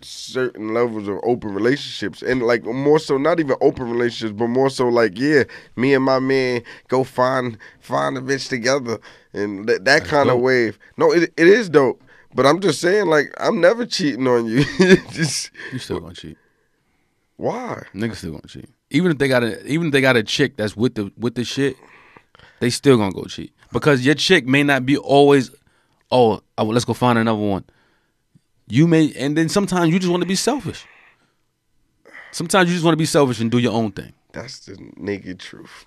Speaker 1: certain levels of open relationships and like more so not even open relationships but more so like yeah me and my man go find find a bitch together and th- that kind of
Speaker 2: dope.
Speaker 1: wave no it, it is dope but i'm just saying like i'm never cheating on you just
Speaker 2: You still gonna cheat?
Speaker 1: why
Speaker 2: Niggas still gonna cheat. Even if they got a even if they got a chick that's with the with the shit, they still gonna go cheat because your chick may not be always. Oh, I- let's go find another one. You may, and then sometimes you just want to be selfish. Sometimes you just want to be selfish and do your own thing.
Speaker 1: that's the naked truth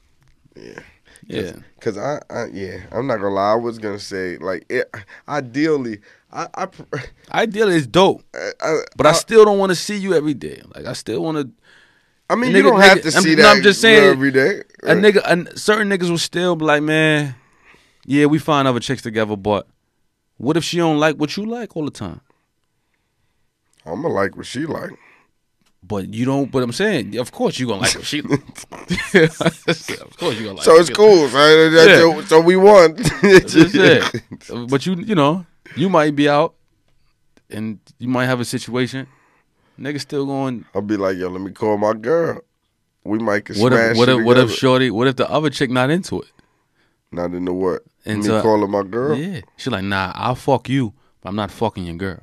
Speaker 1: yeah
Speaker 2: Yeah,
Speaker 1: Cause I, I, yeah, I'm not gonna lie. I was gonna say like, it, ideally, I, I, pr-
Speaker 2: ideally it's dope,
Speaker 1: I, I
Speaker 2: but I still don't want to see you every day. Like I still want to.
Speaker 1: I mean,
Speaker 2: Nigga-
Speaker 1: you don't have
Speaker 2: nigga,
Speaker 1: to
Speaker 2: I'm-
Speaker 1: see
Speaker 2: no,
Speaker 1: that.
Speaker 2: I'm just saying,
Speaker 1: every day.
Speaker 2: a nigga, a, certain niggas will still be like, man, yeah, we find other chicks together, but what if she don't like what you like all the time?
Speaker 1: I'm gonna like what she like.
Speaker 2: But you don't. But I'm saying, of course you gonna like what she. of course you gonna like.
Speaker 1: So
Speaker 2: what
Speaker 1: it's
Speaker 2: she-
Speaker 1: cool. So, so- so we won.
Speaker 2: That's it. But you, you know, you might be out, and you might have a situation. Nigga still going.
Speaker 1: I'll be like, yo, let me call my girl. We might can
Speaker 2: What
Speaker 1: smash
Speaker 2: if? What
Speaker 1: it
Speaker 2: if? What if?
Speaker 1: together.
Speaker 2: Shorty. What if the other chick not into it?
Speaker 1: Not into what?
Speaker 2: Into-
Speaker 1: me calling my girl.
Speaker 2: Yeah. She like, nah, I'll fuck you, but I'm not fucking your girl.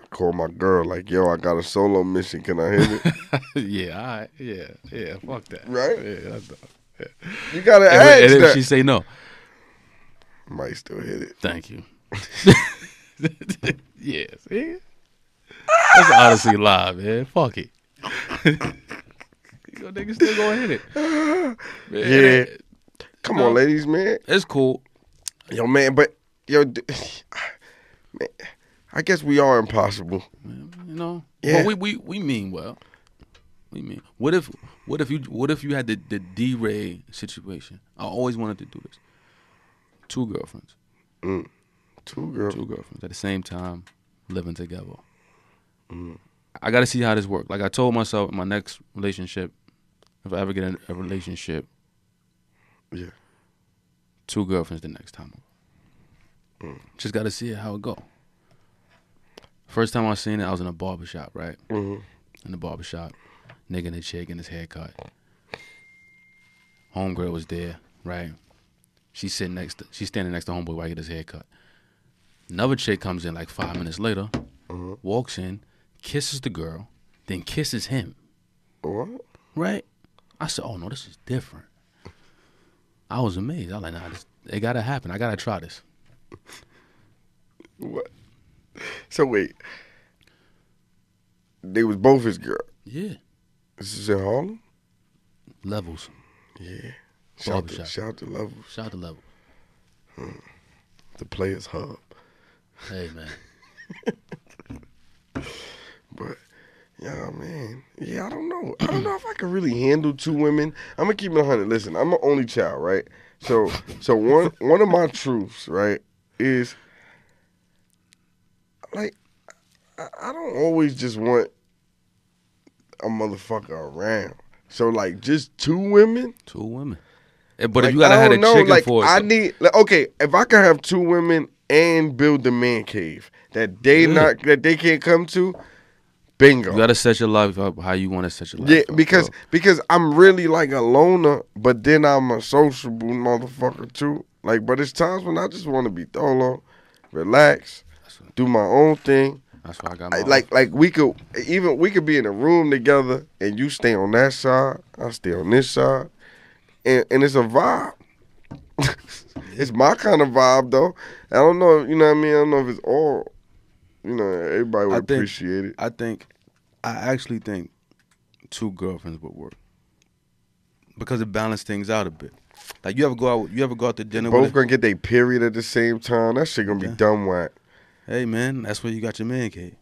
Speaker 1: Call my girl. Like, yo, I got a solo mission. Can I hit it?
Speaker 2: yeah. All right. Yeah. Yeah. Fuck that.
Speaker 1: Right?
Speaker 2: Yeah. That's dumb.
Speaker 1: you gotta ask
Speaker 2: And, and if
Speaker 1: that.
Speaker 2: she say no,
Speaker 1: Might still hit it.
Speaker 2: thank you. yes. Yeah. That's honestly live, man. Fuck it. Your nigga still gonna hit it.
Speaker 1: Yeah.
Speaker 2: Man,
Speaker 1: Come
Speaker 2: No.
Speaker 1: on, ladies, man.
Speaker 2: It's cool.
Speaker 1: Yo, man, but yo, d- man, I guess we are impossible.
Speaker 2: man, you know.
Speaker 1: Yeah.
Speaker 2: But we, we we mean well. We mean. What if what if you what if you had the the D Ray situation? I always wanted to do this. Two girlfriends,
Speaker 1: Mm. Two girls.
Speaker 2: two girlfriends at the same time, living together. I got to see how this works. Like I told myself, in my next relationship, if I ever get in a relationship,
Speaker 1: Yeah.
Speaker 2: two girlfriends the next time. Just got to see how it go. First time I seen it, I was in a barber shop, right?
Speaker 1: hmm
Speaker 2: in the barber shop, nigga and a chick getting his haircut. Homegirl was there, right? She's sitting next to, she's standing next to homeboy while he get his haircut. Another chick comes in like five minutes later, walks in, kisses the girl, then kisses him,
Speaker 1: What?
Speaker 2: right? I said, oh no, this is different. I was amazed. I was like, nah, this, it gotta happen. I gotta try this.
Speaker 1: What? So wait, they was both his girl.
Speaker 2: Yeah,
Speaker 1: This is in Harlem.
Speaker 2: levels.
Speaker 1: Yeah. Shout
Speaker 2: Barbershop.
Speaker 1: to, shout to levels.
Speaker 2: Shout out to level.
Speaker 1: The players hub.
Speaker 2: Hey man,
Speaker 1: But yeah, man. Yeah, I don't know. I don't know if I can really handle two women. I'm gonna keep it hundred. Listen, I'm an only child, right? So so one one of my truths, right, is like I, I don't always just want a motherfucker around. So like just two women.
Speaker 2: two women. Eh, But
Speaker 1: Like,
Speaker 2: if you gotta
Speaker 1: I
Speaker 2: have a
Speaker 1: don't know,
Speaker 2: chicken uh,
Speaker 1: like,
Speaker 2: for it,
Speaker 1: I
Speaker 2: so-
Speaker 1: need like, okay, if I can have two women and build the man cave that they
Speaker 2: Yeah.
Speaker 1: not that they can't come to, bingo.
Speaker 2: You gotta set your life up how you want to set your life.
Speaker 1: yeah,
Speaker 2: up,
Speaker 1: because
Speaker 2: bro.
Speaker 1: because I'm really like a loner, but then I'm a sociable motherfucker too. Like, but it's times when I just want to be solo, relax,
Speaker 2: That's what-
Speaker 1: do my own thing,
Speaker 3: That's why I got
Speaker 1: I-
Speaker 3: my
Speaker 2: Uh-huh.
Speaker 1: like like we could even we could be in a room together and you stay on that side, I stay on this side, and and it's a vibe. it's my kind of vibe though. I don't know, you know what I mean. I don't know if it's all, you know, everybody would
Speaker 2: I think-
Speaker 1: appreciate it.
Speaker 2: I think, I actually think, two girlfriends would work because it balances things out a bit. Like you ever go out, you ever go out to dinner
Speaker 1: Both
Speaker 2: with? A,
Speaker 1: gonna get their period at the same time. That shit gonna be
Speaker 2: Yeah.
Speaker 1: dumb whack.
Speaker 2: hey man, that's where you got your man cake.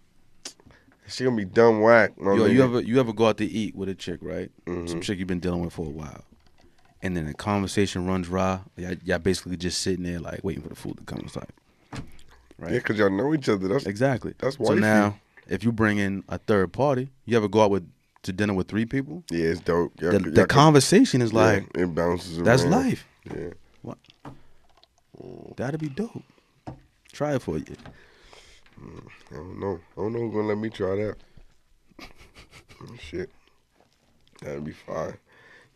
Speaker 1: She gonna be dumb whack. No,
Speaker 2: Yo, you
Speaker 1: nigga.
Speaker 2: ever you ever go out to eat with a chick, right?
Speaker 1: Mm-hmm.
Speaker 2: Some chick you've been dealing with for a while, and then the conversation runs dry. Y'all, y'all basically just sitting there like waiting for the food to come. It's like right?
Speaker 1: yeah, cause y'all know each other. That's
Speaker 2: exactly.
Speaker 1: That's
Speaker 2: So
Speaker 1: wifey.
Speaker 2: now, if you bring in a third party, you ever go out with to dinner with three people?
Speaker 1: yeah, it's dope. Y'all,
Speaker 2: The,
Speaker 1: could-
Speaker 2: the
Speaker 1: y'all could-
Speaker 2: conversation is
Speaker 1: yeah,
Speaker 2: like
Speaker 1: it bounces.
Speaker 2: that's
Speaker 1: around.
Speaker 2: life.
Speaker 1: Yeah.
Speaker 2: What? That'd be dope. Try it for you.
Speaker 1: I don't know. I don't know who's gonna let me try that. Oh, shit, that'd be fine.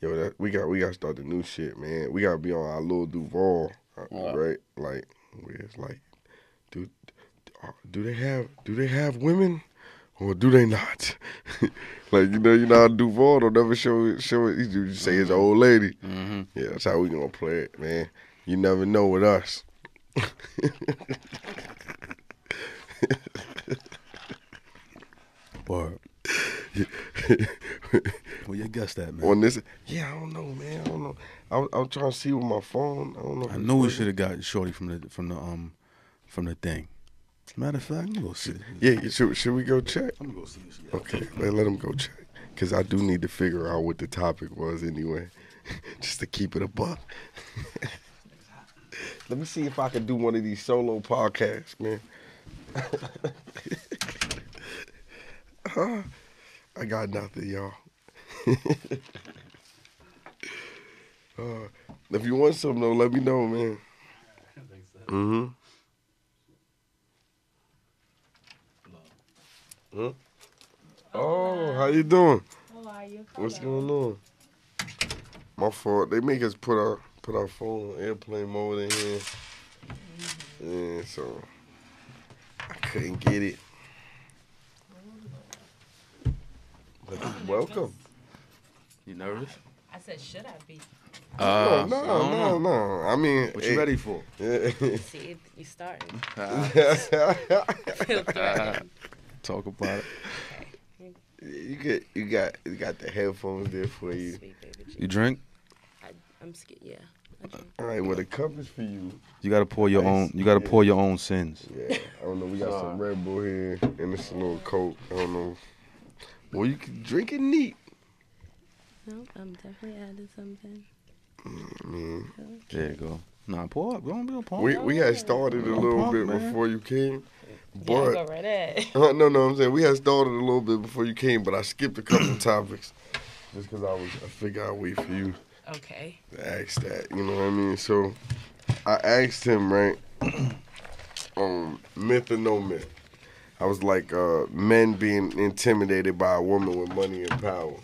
Speaker 1: Yo, that we got we gotta start the new shit, man. We gotta be on our little Duval, uh, right? Like, where it's like, do uh, do they have do they have women or do they not? like you know, you know, how Duval don't never show show it. He just say it's an old lady. Yeah, that's how we gonna play it, man. You never know with us.
Speaker 2: Word. well, you guessed that, man.
Speaker 1: on this. Yeah, I don't know, man. I don't know. I was, I was trying to see with my phone. I don't know. if
Speaker 2: I
Speaker 1: it's
Speaker 2: know we
Speaker 1: working.
Speaker 2: should have got Shorty from the from the um from the thing. Matter of fact, I'm gonna go see.
Speaker 1: Yeah, you- should should we go check?
Speaker 2: I'm gonna go see. This shit.
Speaker 1: Okay, let, let him go check. Cause I do need to figure out what the topic was anyway, just to keep it a buck. let me see if I can do one of these solo podcasts, man. I got nothing, y'all. Uh, if you want something though, let me know, man. Mm-hmm. Oh, how you doing?
Speaker 4: How Oh, are you?
Speaker 1: What's
Speaker 4: Hello.
Speaker 1: going on? My fault. They make us put our put our phone on airplane mode in here. Yeah, so I couldn't get it. But you're welcome.
Speaker 3: You nervous?
Speaker 4: I said, should I be?
Speaker 3: Uh,
Speaker 1: no,
Speaker 3: I don't
Speaker 1: no,
Speaker 3: know.
Speaker 1: no, no. I mean, eh,
Speaker 2: What you ready for?
Speaker 1: ready?
Speaker 4: See, it, you started.
Speaker 3: Talk about it.
Speaker 1: you got you got you got the headphones there for you.
Speaker 4: Sweet baby G.
Speaker 2: You drink.
Speaker 4: I, I'm scared. Yeah. I do.
Speaker 1: All right, well the cup is for you.
Speaker 2: You gotta pour your own. You gotta pour your own sins.
Speaker 1: Yeah, I don't know. We got some Red Bull here and it's a little Coke. I don't know. Well, you can drink it neat.
Speaker 4: No, I'm definitely adding something.
Speaker 2: There you go. Nah, pour up. Don't be a pour.
Speaker 1: We we had started a
Speaker 2: No
Speaker 1: little
Speaker 2: problem,
Speaker 1: bit
Speaker 2: man.
Speaker 1: before you came,
Speaker 4: Yeah, go
Speaker 1: but
Speaker 4: right at.
Speaker 1: uh, no, no, I'm saying we had started a little bit before you came, but I skipped a couple topics just because I was I figured I'd wait for you
Speaker 4: Okay.
Speaker 1: to ask that. You know what I mean? So I asked him right, um, myth or no myth. I was like, uh, men being intimidated by a woman with money and power.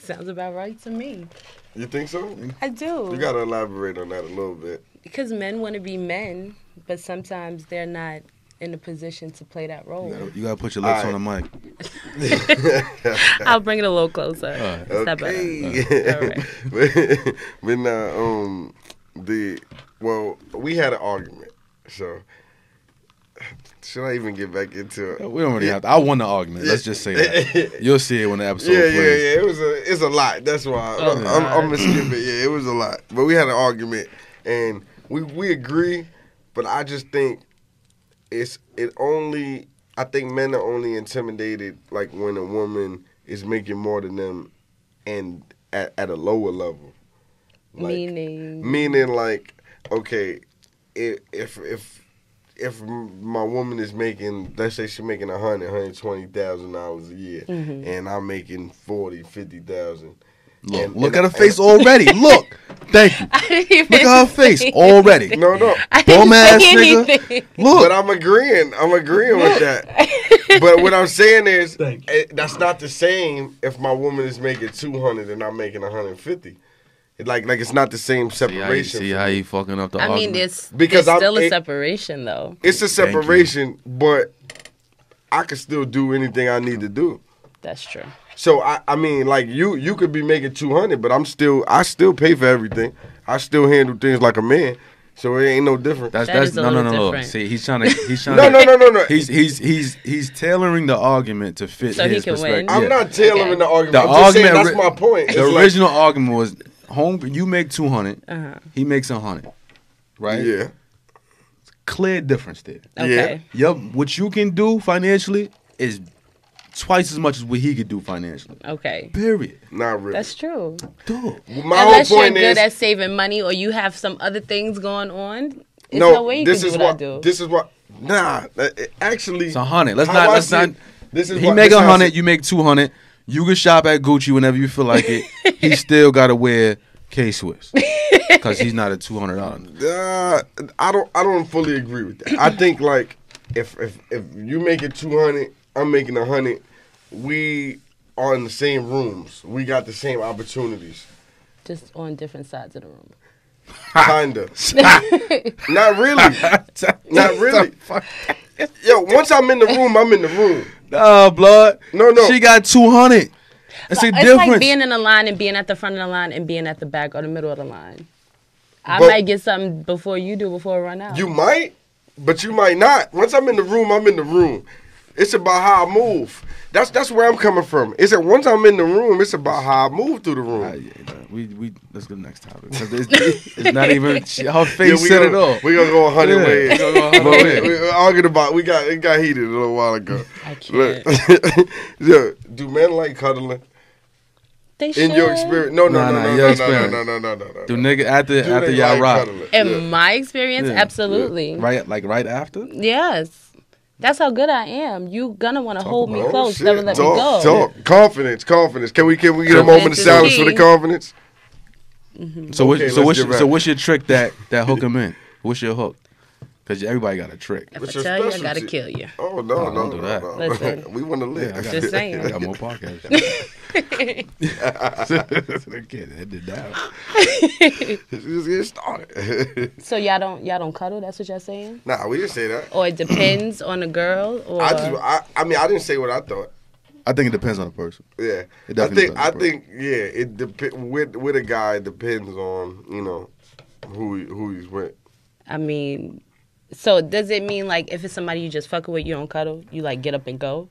Speaker 4: Sounds about right to me.
Speaker 1: You think so?
Speaker 4: I do.
Speaker 1: You gotta elaborate on that a little bit.
Speaker 4: because men want to be men, but sometimes they're not in a position to play that role.
Speaker 2: You gotta put your lips
Speaker 1: All
Speaker 2: on the mic.
Speaker 4: I'll bring it a little closer. Is that better?
Speaker 1: Okay.
Speaker 4: All right.
Speaker 1: but, but now, um, the well, we had an argument, so should I even get back into it?
Speaker 2: We don't really have to. I won the argument. Let's just say that. You'll see it when the episode
Speaker 1: yeah, yeah,
Speaker 2: plays.
Speaker 1: yeah. It was a, it's a lot. That's why
Speaker 4: Oh,
Speaker 1: I'm, I'm, I'm
Speaker 4: God.
Speaker 1: gonna skip it. Yeah, it was a lot. But we had an argument, and we we agree. But I just think it's it only. I think men are only intimidated like when a woman is making more than them, and at at a lower level. Like,
Speaker 4: Meaning.
Speaker 1: meaning like okay if if if if my woman is making let's say she's making a hundred hundred twenty thousand dollars a year and i'm making forty fifty thousand
Speaker 2: Look,
Speaker 1: And-
Speaker 2: look
Speaker 1: and-
Speaker 2: at her face already. Look. Thank you.
Speaker 4: I didn't even
Speaker 2: Look at her face already.
Speaker 1: no no
Speaker 4: I didn't
Speaker 2: Dumbass
Speaker 4: say
Speaker 2: nigga.
Speaker 4: anything.
Speaker 1: but
Speaker 2: Look.
Speaker 1: i'm agreeing i'm agreeing with that but what i'm saying is eh, that's not the same if my woman is making 200 and i'm making 150 It like like it's not the same
Speaker 3: See how, he,
Speaker 1: separation
Speaker 3: see
Speaker 1: for
Speaker 3: how
Speaker 1: me.
Speaker 3: he fucking up the
Speaker 4: I
Speaker 2: Um,
Speaker 4: mean,
Speaker 3: argument?
Speaker 4: there's,
Speaker 1: Because
Speaker 4: because
Speaker 1: I'm-
Speaker 4: there's still a
Speaker 1: it-
Speaker 4: separation, though.
Speaker 1: it's a
Speaker 2: Thank you.
Speaker 1: separation but I could still do anything I need to do.
Speaker 4: That's true.
Speaker 1: So I, I mean, like you, you could be making two hundred, but I'm still, I still pay for everything. I still handle things like a man. So it ain't no different.
Speaker 5: That's
Speaker 4: That
Speaker 5: that's
Speaker 4: is a
Speaker 5: no no no
Speaker 4: little
Speaker 5: no.
Speaker 4: different.
Speaker 5: See, he's trying to he's trying
Speaker 1: no,
Speaker 5: to
Speaker 1: no, no, no, no.
Speaker 2: He's he's he's he's tailoring the argument to fit
Speaker 4: So he
Speaker 2: his
Speaker 4: can win.
Speaker 2: perspective.
Speaker 1: I'm
Speaker 2: Yeah.
Speaker 1: not tailoring
Speaker 4: Okay.
Speaker 1: the argument.
Speaker 2: The
Speaker 1: I'm just saying
Speaker 2: argument
Speaker 1: that's
Speaker 2: ri-
Speaker 1: my point.
Speaker 2: The
Speaker 1: It's like-
Speaker 2: original argument was home. You make two hundred.
Speaker 4: Uh-huh.
Speaker 2: He makes a hundred. Right.
Speaker 1: yeah,
Speaker 2: Clear difference there.
Speaker 4: Okay.
Speaker 2: Yup. What you can do financially is twice as much as what he could do financially.
Speaker 4: Okay.
Speaker 2: Period.
Speaker 1: not really.
Speaker 4: That's true.
Speaker 2: Dog.
Speaker 1: my
Speaker 4: Unless
Speaker 1: whole
Speaker 4: you're
Speaker 1: point
Speaker 4: good
Speaker 1: is,
Speaker 4: at saving money or you have some other things going on, it's
Speaker 1: no,
Speaker 4: no, way you
Speaker 1: this
Speaker 4: can
Speaker 1: is
Speaker 4: do
Speaker 1: what
Speaker 4: what, I do.
Speaker 1: this is what. Nah, uh, it- actually,
Speaker 2: It's a hundred. Let's
Speaker 1: how
Speaker 2: not.
Speaker 1: I
Speaker 2: Let's
Speaker 1: see
Speaker 2: not.
Speaker 1: it, This is
Speaker 2: he
Speaker 1: what-
Speaker 2: make
Speaker 1: this
Speaker 2: a
Speaker 1: how I
Speaker 2: hundred.
Speaker 1: see-
Speaker 2: You make two hundred. You can shop at Gucci whenever you feel like it. he still gotta wear K Swiss because he's not a two hundred dollar.
Speaker 1: Uh, I don't. I don't fully agree with that. I think like if if if you make it two hundred, I'm making a hundred. We are in the same rooms. We got the same opportunities.
Speaker 4: Just on different sides of the room.
Speaker 1: Kinda. not really. Not really. Yo, once I'm in the room, I'm in the room.
Speaker 2: Nah, blood.
Speaker 1: No, no.
Speaker 2: She got two hundred. That's a
Speaker 4: it's
Speaker 2: difference.
Speaker 4: like being in a line and being at the front of the line and being at the back or the middle of the line. I
Speaker 1: But-
Speaker 4: might get something before you do before I run out.
Speaker 1: You might, but you might not. Once I'm in the room, I'm in the room. It's about how I move. That's that's where I'm coming from. It's that once I'm in the room, it's about how I move through the room.
Speaker 2: Ah, yeah, nah, we we let's go to the next topic. 'Cause It's, it's- it's not even she, her face
Speaker 1: we
Speaker 2: said
Speaker 1: gonna,
Speaker 2: it all.
Speaker 1: We gonna go 100
Speaker 2: Yeah,
Speaker 1: ways.
Speaker 2: we gonna go 100
Speaker 1: But we-
Speaker 2: ways.
Speaker 1: we were arguing about we got it got heated a little while ago.
Speaker 4: I can't.
Speaker 1: Look, yo, do men like cuddling
Speaker 4: They
Speaker 1: in
Speaker 4: should.
Speaker 1: your experience? No, no,
Speaker 2: Nah, nah,
Speaker 1: no, no,
Speaker 2: your
Speaker 1: no, no,
Speaker 2: experience.
Speaker 1: no, no, no, no, no.
Speaker 2: Do nigga after
Speaker 1: Do
Speaker 2: after
Speaker 1: they
Speaker 2: y'all
Speaker 1: like
Speaker 2: rock,
Speaker 1: cuddling?
Speaker 4: In
Speaker 1: Yeah.
Speaker 4: my experience,
Speaker 2: Yeah, yeah.
Speaker 4: absolutely.
Speaker 2: right? Like right after.
Speaker 4: Yes. That's how good I am. You gonna want to hold me
Speaker 1: Oh,
Speaker 4: close,
Speaker 1: shit.
Speaker 4: never let
Speaker 1: talk,
Speaker 4: me go.
Speaker 1: Talk. Confidence, confidence. Can we can we get a
Speaker 4: Confidence
Speaker 1: moment of
Speaker 4: is
Speaker 1: silence for the
Speaker 4: key.
Speaker 1: confidence?
Speaker 2: So what?
Speaker 1: Okay,
Speaker 2: so what's
Speaker 1: let's get
Speaker 2: your, so
Speaker 1: right.
Speaker 2: what's your trick that that hook him in? What's your hook? Because everybody got a trick.
Speaker 4: If
Speaker 1: What's
Speaker 4: I
Speaker 1: your
Speaker 4: tell you, I gotta
Speaker 1: specialty?
Speaker 4: kill you.
Speaker 2: Oh,
Speaker 1: Oh no,
Speaker 2: don't
Speaker 1: no, no,
Speaker 2: do that.
Speaker 1: no.
Speaker 4: Listen.
Speaker 1: we want to live.
Speaker 2: Yeah, I got-
Speaker 4: Just saying.
Speaker 2: I got more podcasts. Kid, that did that.
Speaker 1: Just get started.
Speaker 4: So y'all don't y'all don't cuddle. That's what y'all saying.
Speaker 1: nah, we didn't say that.
Speaker 4: Or it depends on the girl. Or
Speaker 1: I just, I, I mean, I didn't say what I thought.
Speaker 2: I think it depends on the person.
Speaker 1: Yeah,
Speaker 2: It
Speaker 1: I
Speaker 2: definitely
Speaker 1: think
Speaker 2: depends
Speaker 1: I
Speaker 2: on the person.
Speaker 1: think yeah, it depends with with a guy. It depends on you know who he- who he's with.
Speaker 4: I mean, so does it mean like if it's somebody you just fucking with, you don't cuddle? You like get up and go?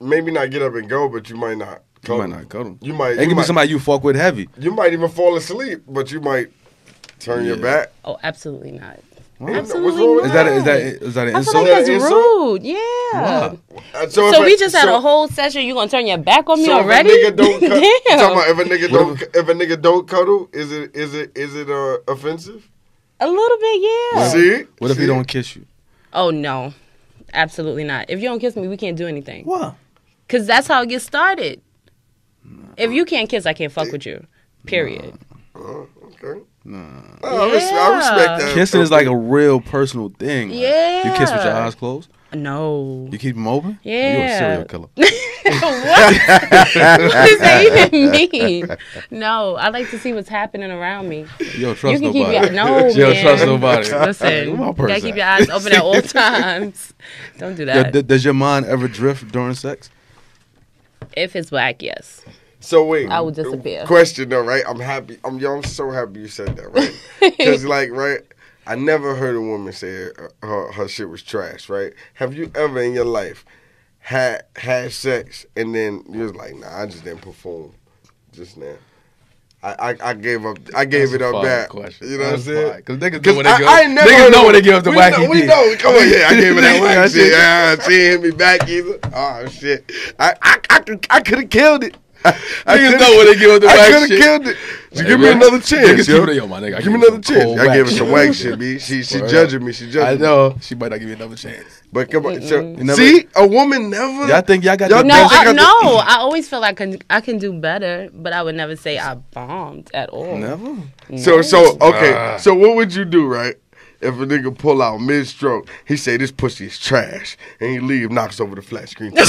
Speaker 1: Maybe not get up and go, but you might not.
Speaker 2: You
Speaker 1: Come.
Speaker 2: might not cut him.
Speaker 1: You might.
Speaker 2: It
Speaker 1: you
Speaker 2: could be
Speaker 1: might,
Speaker 2: somebody you fuck with heavy.
Speaker 1: You might even fall asleep, but you might turn your
Speaker 2: Yeah.
Speaker 1: back.
Speaker 4: Oh, absolutely not.
Speaker 1: Ain't-
Speaker 4: Absolutely
Speaker 1: what's
Speaker 2: Is that
Speaker 1: wrong
Speaker 4: not.
Speaker 2: is that is that an
Speaker 4: I feel like
Speaker 2: insult?
Speaker 1: that
Speaker 4: that's
Speaker 1: an insult?
Speaker 4: rude. Yeah.
Speaker 1: with that? Uh, so
Speaker 4: So,
Speaker 1: if
Speaker 4: we
Speaker 1: a-
Speaker 4: just had
Speaker 1: so-
Speaker 4: a whole session. You gonna turn your back on me
Speaker 1: so
Speaker 4: already?
Speaker 1: If a nigga don't cuddle,
Speaker 4: Damn.
Speaker 1: if a nigga don't cu- if a nigga don't cuddle, is it is it is it uh, offensive?
Speaker 4: a little bit, yeah.
Speaker 1: See,
Speaker 2: What if he
Speaker 1: See?
Speaker 2: don't kiss you?
Speaker 4: Oh no, absolutely not. If you don't kiss me, we can't do anything.
Speaker 2: What?
Speaker 4: Cause that's how it gets started. If you can't kiss, I can't fuck with you. Period.
Speaker 1: Oh, okay.
Speaker 2: Nah.
Speaker 1: Oh, I, res- I respect
Speaker 4: Yeah.
Speaker 1: that.
Speaker 2: Kissing is like a real personal thing. like, You kiss with your
Speaker 4: Yeah.
Speaker 2: eyes closed.
Speaker 4: No.
Speaker 2: You keep them open. You a
Speaker 4: Yeah.
Speaker 2: serial killer.
Speaker 4: what? what does that even mean? No, I like to see what's happening around me.
Speaker 2: You don't trust
Speaker 4: you can
Speaker 2: nobody.
Speaker 4: keep your no
Speaker 2: you don't
Speaker 4: man.
Speaker 2: trust nobody.
Speaker 4: Listen,
Speaker 2: Where my
Speaker 4: you
Speaker 2: purse
Speaker 4: gotta
Speaker 2: at?
Speaker 4: keep your eyes open at all times. Don't do
Speaker 2: Yo,
Speaker 4: that.
Speaker 2: d- does your mind ever drift during sex?
Speaker 4: if it's black, yes.
Speaker 1: So wait,
Speaker 4: I would disappear.
Speaker 1: Question though, right? I'm happy. I'm yo. I'm so happy you said that, right? Because like, right? I never heard a woman say her, her her shit was trash, right? Have you ever in your life had had sex and then you was like, nah, I just didn't perform just now. I, I, I gave up. I gave it up bad. You know what I'm saying?
Speaker 5: Because niggas know
Speaker 1: Cause
Speaker 5: when
Speaker 1: I,
Speaker 5: they give
Speaker 1: I ain't never
Speaker 5: niggas
Speaker 1: heard
Speaker 5: know
Speaker 1: of-
Speaker 5: when they give us the
Speaker 1: we
Speaker 5: wacky
Speaker 1: Know, we
Speaker 5: dick.
Speaker 1: know. Come on, yeah, I gave her
Speaker 5: That shit.
Speaker 1: that wacky shit. Ah, she hit me back either. Oh shit, I I I, could- I could have killed it. I coulda-
Speaker 5: Niggas know when they give us the
Speaker 1: I
Speaker 5: wacky
Speaker 1: coulda
Speaker 5: shit.
Speaker 1: killed it. So
Speaker 5: Hey,
Speaker 1: give me
Speaker 5: bro.
Speaker 1: another
Speaker 5: Niggas
Speaker 1: chance, yo.
Speaker 5: keep it in your mind, nigga. I
Speaker 1: Give me
Speaker 5: gave
Speaker 1: another
Speaker 5: her some
Speaker 1: chance.
Speaker 5: cold
Speaker 1: I
Speaker 5: whack
Speaker 1: gave her some
Speaker 5: shit.
Speaker 1: whack shit, b. She she
Speaker 5: Word
Speaker 1: judging me. She
Speaker 5: I
Speaker 1: judging me.
Speaker 5: know she might not give you another chance.
Speaker 1: But come on,
Speaker 2: Mm-mm.
Speaker 1: so, see, a woman never.
Speaker 2: Y'all think y'all got
Speaker 1: Y'all
Speaker 2: the
Speaker 4: No,
Speaker 1: Don't
Speaker 4: I,
Speaker 1: think I do-
Speaker 4: no. I always feel like I can, I can do better, but I would never say I bombed at all.
Speaker 2: Never.
Speaker 1: So so okay. So what would you do, right? If a nigga pull out mid stroke, he say this pussy is trash, and he leave knocks over the flat screen. the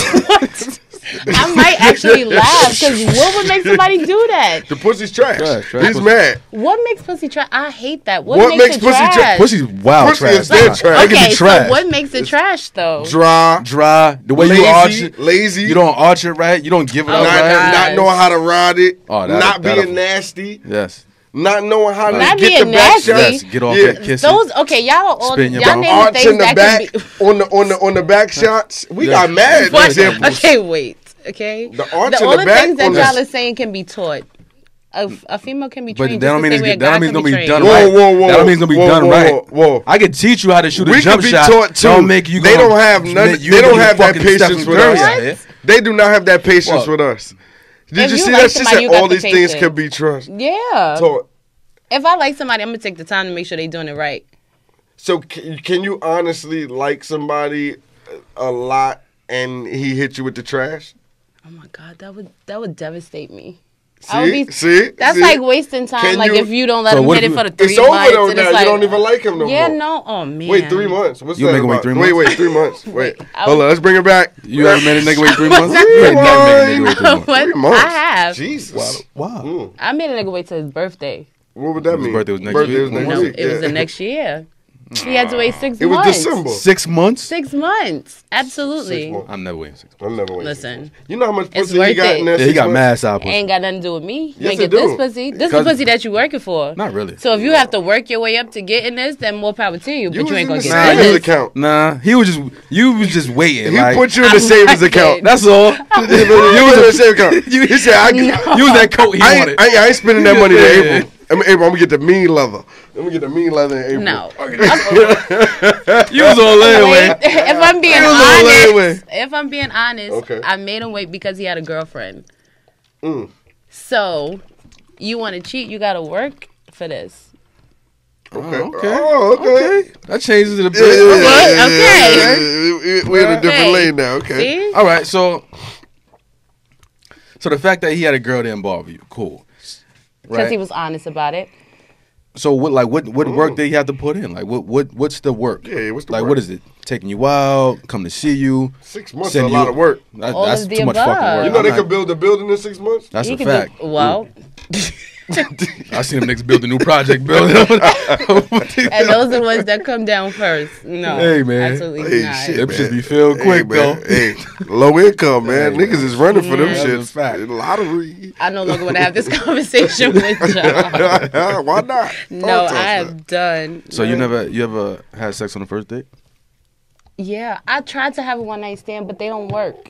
Speaker 4: I might actually laugh because what would make somebody do that?
Speaker 1: pussy's trash.
Speaker 2: Trash, trash.
Speaker 1: He's mad.
Speaker 4: What makes pussy trash? I hate that. What,
Speaker 1: What makes
Speaker 4: makes, it
Speaker 1: pussy tra-
Speaker 4: trash?
Speaker 2: Pussy's wild
Speaker 1: Pussy
Speaker 2: trash.
Speaker 1: is dead trash.
Speaker 2: It can
Speaker 4: Okay,
Speaker 2: be
Speaker 4: so
Speaker 2: trash.
Speaker 4: what makes it trash though?
Speaker 1: Dry,
Speaker 2: Dry. The way you arch
Speaker 1: lazy,
Speaker 2: it.
Speaker 1: lazy.
Speaker 2: You don't arch it right. You don't give it
Speaker 4: Oh,
Speaker 2: up
Speaker 1: not,
Speaker 2: right.
Speaker 4: God.
Speaker 1: not knowing how to ride it.
Speaker 2: Oh, that-
Speaker 1: not
Speaker 2: that'll-
Speaker 1: being nasty.
Speaker 2: Yes.
Speaker 1: Not knowing how to
Speaker 4: Not
Speaker 1: get
Speaker 4: being
Speaker 1: the back
Speaker 4: nasty.
Speaker 1: shot.
Speaker 2: Yes. Get off
Speaker 1: Yeah.
Speaker 2: that kissing.
Speaker 4: Those okay, y'all are all
Speaker 2: Spin your
Speaker 4: y'all
Speaker 2: mouth.
Speaker 4: naming
Speaker 1: Arch in
Speaker 4: things
Speaker 1: the
Speaker 4: that
Speaker 1: back
Speaker 4: could be.
Speaker 1: on the on the on the back shots. We
Speaker 2: Yeah.
Speaker 1: got mad
Speaker 4: What?
Speaker 1: examples.
Speaker 4: Okay, wait. Okay,
Speaker 1: The arch in the
Speaker 4: only
Speaker 1: back
Speaker 4: things that
Speaker 1: on the- Mm.
Speaker 4: y'all are saying can be taught. A, a female can be
Speaker 2: But that
Speaker 4: trained.
Speaker 2: don't mean it's
Speaker 4: just the same
Speaker 2: that don't
Speaker 4: way
Speaker 2: mean
Speaker 4: a
Speaker 2: it's
Speaker 4: guy
Speaker 2: gonna be
Speaker 4: can be
Speaker 2: done
Speaker 4: trained.
Speaker 2: right.
Speaker 1: Whoa, whoa,
Speaker 2: That don't mean it's gonna be
Speaker 1: whoa,
Speaker 2: done
Speaker 1: whoa,
Speaker 2: right.
Speaker 1: whoa.
Speaker 2: I can teach you how to shoot
Speaker 1: We
Speaker 2: a jump
Speaker 1: could be
Speaker 2: shot.
Speaker 1: taught too.
Speaker 2: Don't make you.
Speaker 1: They
Speaker 2: gonna-
Speaker 1: don't have
Speaker 2: you
Speaker 1: none.
Speaker 2: make- you
Speaker 1: they
Speaker 2: gonna
Speaker 1: don't
Speaker 2: be
Speaker 1: have that
Speaker 2: fucking Stephen
Speaker 1: patience with
Speaker 2: Curry
Speaker 1: us.
Speaker 2: out here.
Speaker 1: They do not have that
Speaker 2: What?
Speaker 1: patience with us. Did
Speaker 4: If
Speaker 1: you
Speaker 4: you
Speaker 1: see
Speaker 4: like
Speaker 1: that? She
Speaker 4: somebody,
Speaker 1: said
Speaker 4: you got
Speaker 1: all
Speaker 4: the
Speaker 1: these things
Speaker 4: patience.
Speaker 1: can be trust.
Speaker 4: Yeah.
Speaker 1: So,
Speaker 4: if I like somebody, I'm gonna take the time to make sure they're doing it right.
Speaker 1: so can, can you honestly like somebody a lot and he hit you with the trash?
Speaker 4: Oh my god, that would that would devastate me.
Speaker 1: See,
Speaker 4: I would be,
Speaker 1: see,
Speaker 4: that's
Speaker 1: See?
Speaker 4: like wasting time.
Speaker 1: Can
Speaker 4: like
Speaker 1: you-
Speaker 4: if you don't let
Speaker 2: So
Speaker 4: him
Speaker 2: what
Speaker 4: hit
Speaker 2: if
Speaker 4: it
Speaker 2: you-
Speaker 4: for the three
Speaker 1: It's over
Speaker 4: months,
Speaker 1: though
Speaker 4: and
Speaker 1: now.
Speaker 4: it's like,
Speaker 1: you don't even like him no
Speaker 4: yeah,
Speaker 1: more.
Speaker 4: no. Oh man.
Speaker 1: Wait, three months. What's
Speaker 2: You
Speaker 1: that
Speaker 2: make him wait
Speaker 1: about?
Speaker 2: three
Speaker 1: Wait,
Speaker 2: months?
Speaker 1: wait, three months. Wait,
Speaker 4: I
Speaker 1: hold
Speaker 4: was-
Speaker 1: on. Let's bring it back.
Speaker 2: You ever made a nigga wait three months?
Speaker 1: Three
Speaker 2: You ain't never made a nigga wait
Speaker 1: months.
Speaker 2: three months.
Speaker 4: What?
Speaker 1: Three months.
Speaker 4: I have.
Speaker 1: Jesus.
Speaker 2: Wow.
Speaker 1: Mm.
Speaker 4: I made a nigga wait till his birthday.
Speaker 1: What would that
Speaker 2: His
Speaker 1: mean?
Speaker 2: birthday was next
Speaker 1: Birthday
Speaker 2: week.
Speaker 1: was next
Speaker 4: No,
Speaker 1: week,
Speaker 4: it was
Speaker 1: yeah.
Speaker 4: the next year. He had to wait six
Speaker 1: It was
Speaker 4: months.
Speaker 1: December.
Speaker 2: Six months.
Speaker 4: Six months. Absolutely.
Speaker 1: Six months.
Speaker 2: I'm never waiting six. months.
Speaker 1: I'm never waiting.
Speaker 4: Listen.
Speaker 1: You know how much
Speaker 4: It's
Speaker 1: pussy he
Speaker 4: worth
Speaker 1: got
Speaker 4: it.
Speaker 1: in that
Speaker 2: Yeah, he
Speaker 1: six
Speaker 2: got
Speaker 1: months?
Speaker 2: mad side pussy.
Speaker 4: Ain't got nothing to do with me.
Speaker 1: Yes,
Speaker 4: Nigga,
Speaker 1: it
Speaker 4: this
Speaker 1: do.
Speaker 4: pussy, this is
Speaker 2: Because-
Speaker 4: the pussy that you working for.
Speaker 2: Not really.
Speaker 4: So if you have to work your way up to getting this, then more power to you.
Speaker 1: You
Speaker 4: but you
Speaker 1: was in
Speaker 4: ain't
Speaker 1: the
Speaker 4: gonna get
Speaker 1: savings
Speaker 4: this.
Speaker 1: account.
Speaker 2: Nah, he was just you was just waiting.
Speaker 1: He
Speaker 2: like,
Speaker 1: put you in the
Speaker 4: I'm
Speaker 1: savings
Speaker 4: like
Speaker 1: account.
Speaker 2: That's all.
Speaker 1: You was in the savings account.
Speaker 2: You-
Speaker 1: He said, I,
Speaker 2: You was that coat he
Speaker 1: I,
Speaker 2: wanted.
Speaker 1: ain't, I, ain't, I ain't spending that money to
Speaker 2: Yeah.
Speaker 1: April. I mean, April, I'm going to get the mean leather. I'm going to get the mean leather in April.
Speaker 4: No.
Speaker 2: you was on
Speaker 4: Wait,
Speaker 2: layaway.
Speaker 4: if I'm being
Speaker 2: It was all
Speaker 4: honest,
Speaker 2: layaway.
Speaker 4: if I'm being honest,
Speaker 1: Okay.
Speaker 4: I made him wait because he had a girlfriend.
Speaker 1: Mm.
Speaker 4: So, you want to cheat? You gotta work for this.
Speaker 1: Okay.
Speaker 2: Oh, okay.
Speaker 1: Oh, okay.
Speaker 2: Okay, that changes it a bit.
Speaker 1: Yeah, yeah, yeah, yeah,
Speaker 4: Okay, okay.
Speaker 1: yeah, yeah, yeah. We- We're in a different
Speaker 4: Okay.
Speaker 1: lane now. Okay.
Speaker 4: See?
Speaker 2: All right, so so the fact that he had a girl to involve you, cool.
Speaker 4: Because
Speaker 2: Right.
Speaker 4: he was honest about it.
Speaker 2: so what like what what work did he have to put in? Like what what what's the work?
Speaker 1: Mm. Yeah, yeah, what's the
Speaker 2: like
Speaker 1: work?
Speaker 2: what is it? Taking you out, come to see you.
Speaker 1: Six months
Speaker 2: send
Speaker 1: is a lot
Speaker 2: you-
Speaker 1: of work.
Speaker 2: That-
Speaker 4: All
Speaker 2: that's
Speaker 4: of
Speaker 2: too
Speaker 4: the
Speaker 2: much
Speaker 4: above.
Speaker 2: fucking work.
Speaker 1: You know
Speaker 2: I'm
Speaker 1: they
Speaker 2: not-
Speaker 1: could build a building in six months?
Speaker 2: That's
Speaker 4: He
Speaker 2: a
Speaker 4: could
Speaker 2: fact.
Speaker 4: Do, well,
Speaker 1: Mm.
Speaker 2: I seen them niggas build a new project building.
Speaker 4: and those are the ones that come down first. No,
Speaker 2: Hey, man.
Speaker 4: absolutely
Speaker 1: Hey,
Speaker 4: not.
Speaker 1: shit.
Speaker 2: Them shit be filled
Speaker 1: Hey,
Speaker 2: quick
Speaker 1: man.
Speaker 2: though.
Speaker 1: Hey, low income, man.
Speaker 2: Hey,
Speaker 1: Niggas is running for them
Speaker 4: That's
Speaker 2: a
Speaker 1: shits.
Speaker 2: fact.
Speaker 1: Lottery.
Speaker 4: I no longer want to have this conversation with y'all.
Speaker 1: Why not?
Speaker 4: No,
Speaker 1: Talk to us,
Speaker 4: I
Speaker 1: man.
Speaker 4: am done.
Speaker 2: So you
Speaker 4: Really.
Speaker 2: never you ever had sex on the first date?
Speaker 4: Yeah, I tried to have a one night stand, but they don't work.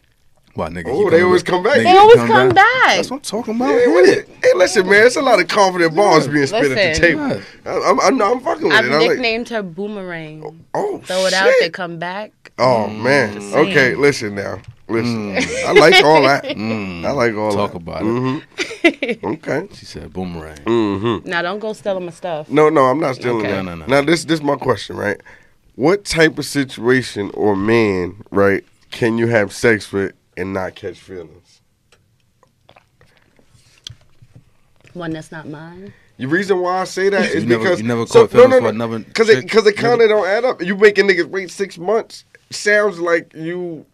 Speaker 2: Why nigga?
Speaker 1: Oh,
Speaker 2: you
Speaker 1: they
Speaker 2: come
Speaker 1: always
Speaker 2: back-
Speaker 1: come back.
Speaker 2: nigga,
Speaker 4: They
Speaker 2: you
Speaker 4: always come back.
Speaker 2: That's what I'm talking about.
Speaker 1: Hey, with it. Hey, listen, man. It's a lot of confident balls being spit at the
Speaker 4: Listen.
Speaker 1: table. I- I'm, I'm, I'm fucking with
Speaker 4: I've
Speaker 1: it. I'm like,
Speaker 4: nicknamed her Boomerang.
Speaker 1: oh,
Speaker 4: Throw it
Speaker 1: shit.
Speaker 4: out, they come back.
Speaker 1: Oh man.
Speaker 4: saying.
Speaker 1: Okay, listen now. Listen. I like all that. I like all
Speaker 2: Mm. Talk
Speaker 1: that.
Speaker 2: about it.
Speaker 1: hmm okay.
Speaker 2: Mm. She said boomerang.
Speaker 1: hmm
Speaker 4: Now don't go stealing my stuff.
Speaker 1: No, no, I'm not stealing
Speaker 4: Okay.
Speaker 1: that.
Speaker 2: Mm-hmm. No, no, no.
Speaker 1: Now this this is my question, right? What type of situation or man, right, can you have sex with and not catch feelings?
Speaker 4: One that's not mine.
Speaker 1: The reason why I say that is
Speaker 2: You never-
Speaker 1: because
Speaker 2: you never caught
Speaker 1: no, no,
Speaker 2: feelings for
Speaker 1: no,
Speaker 2: another
Speaker 1: because it
Speaker 2: chick,
Speaker 1: because it kind
Speaker 2: nigga?
Speaker 1: of don't add up. You making niggas wait six months sounds like you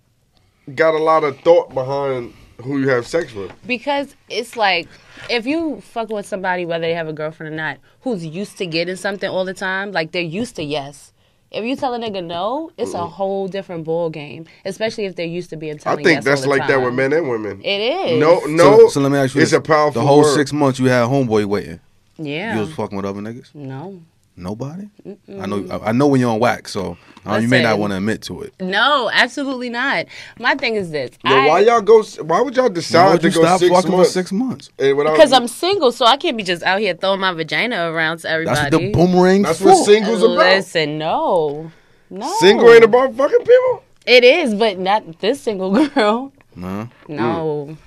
Speaker 1: got a lot of thought behind who you have sex with.
Speaker 4: Because it's like if you fuck with somebody, whether they have a girlfriend or not, who's used to getting something all the time, like they're used to yes. If you tell a nigga no, it's a whole different ball game. Especially if they're used to being
Speaker 1: I
Speaker 4: telling
Speaker 1: think
Speaker 4: yes
Speaker 1: that's
Speaker 4: all the
Speaker 1: like that
Speaker 4: time.
Speaker 1: with men and women.
Speaker 4: It is.
Speaker 1: No, no.
Speaker 2: So, so let me ask you
Speaker 1: It's
Speaker 2: this.
Speaker 1: a powerful
Speaker 2: The whole
Speaker 1: word.
Speaker 2: six months you had homeboy waiting.
Speaker 4: Yeah.
Speaker 2: You was fucking with other niggas.
Speaker 4: no.
Speaker 2: Nobody. I know. I, I know when you're on whack, so uh, you may not
Speaker 4: Listen.
Speaker 2: want to admit to it.
Speaker 4: No, absolutely not. My thing is this.
Speaker 1: Yo, why
Speaker 4: I
Speaker 1: y'all go? Why would y'all
Speaker 2: Why
Speaker 1: decide
Speaker 2: would
Speaker 1: to
Speaker 2: you
Speaker 1: go
Speaker 2: stop
Speaker 1: six
Speaker 2: fucking
Speaker 1: months?
Speaker 2: for six months?
Speaker 1: And without-
Speaker 4: because I'm single, so I can't be just out here throwing my vagina around to everybody.
Speaker 2: That's what the boomerang
Speaker 1: That's
Speaker 2: for.
Speaker 1: what singles about.
Speaker 4: Listen, no. No.
Speaker 1: Single ain't about fucking people.
Speaker 4: It is, but not this single girl.
Speaker 2: Nah.
Speaker 1: Mm.
Speaker 4: No.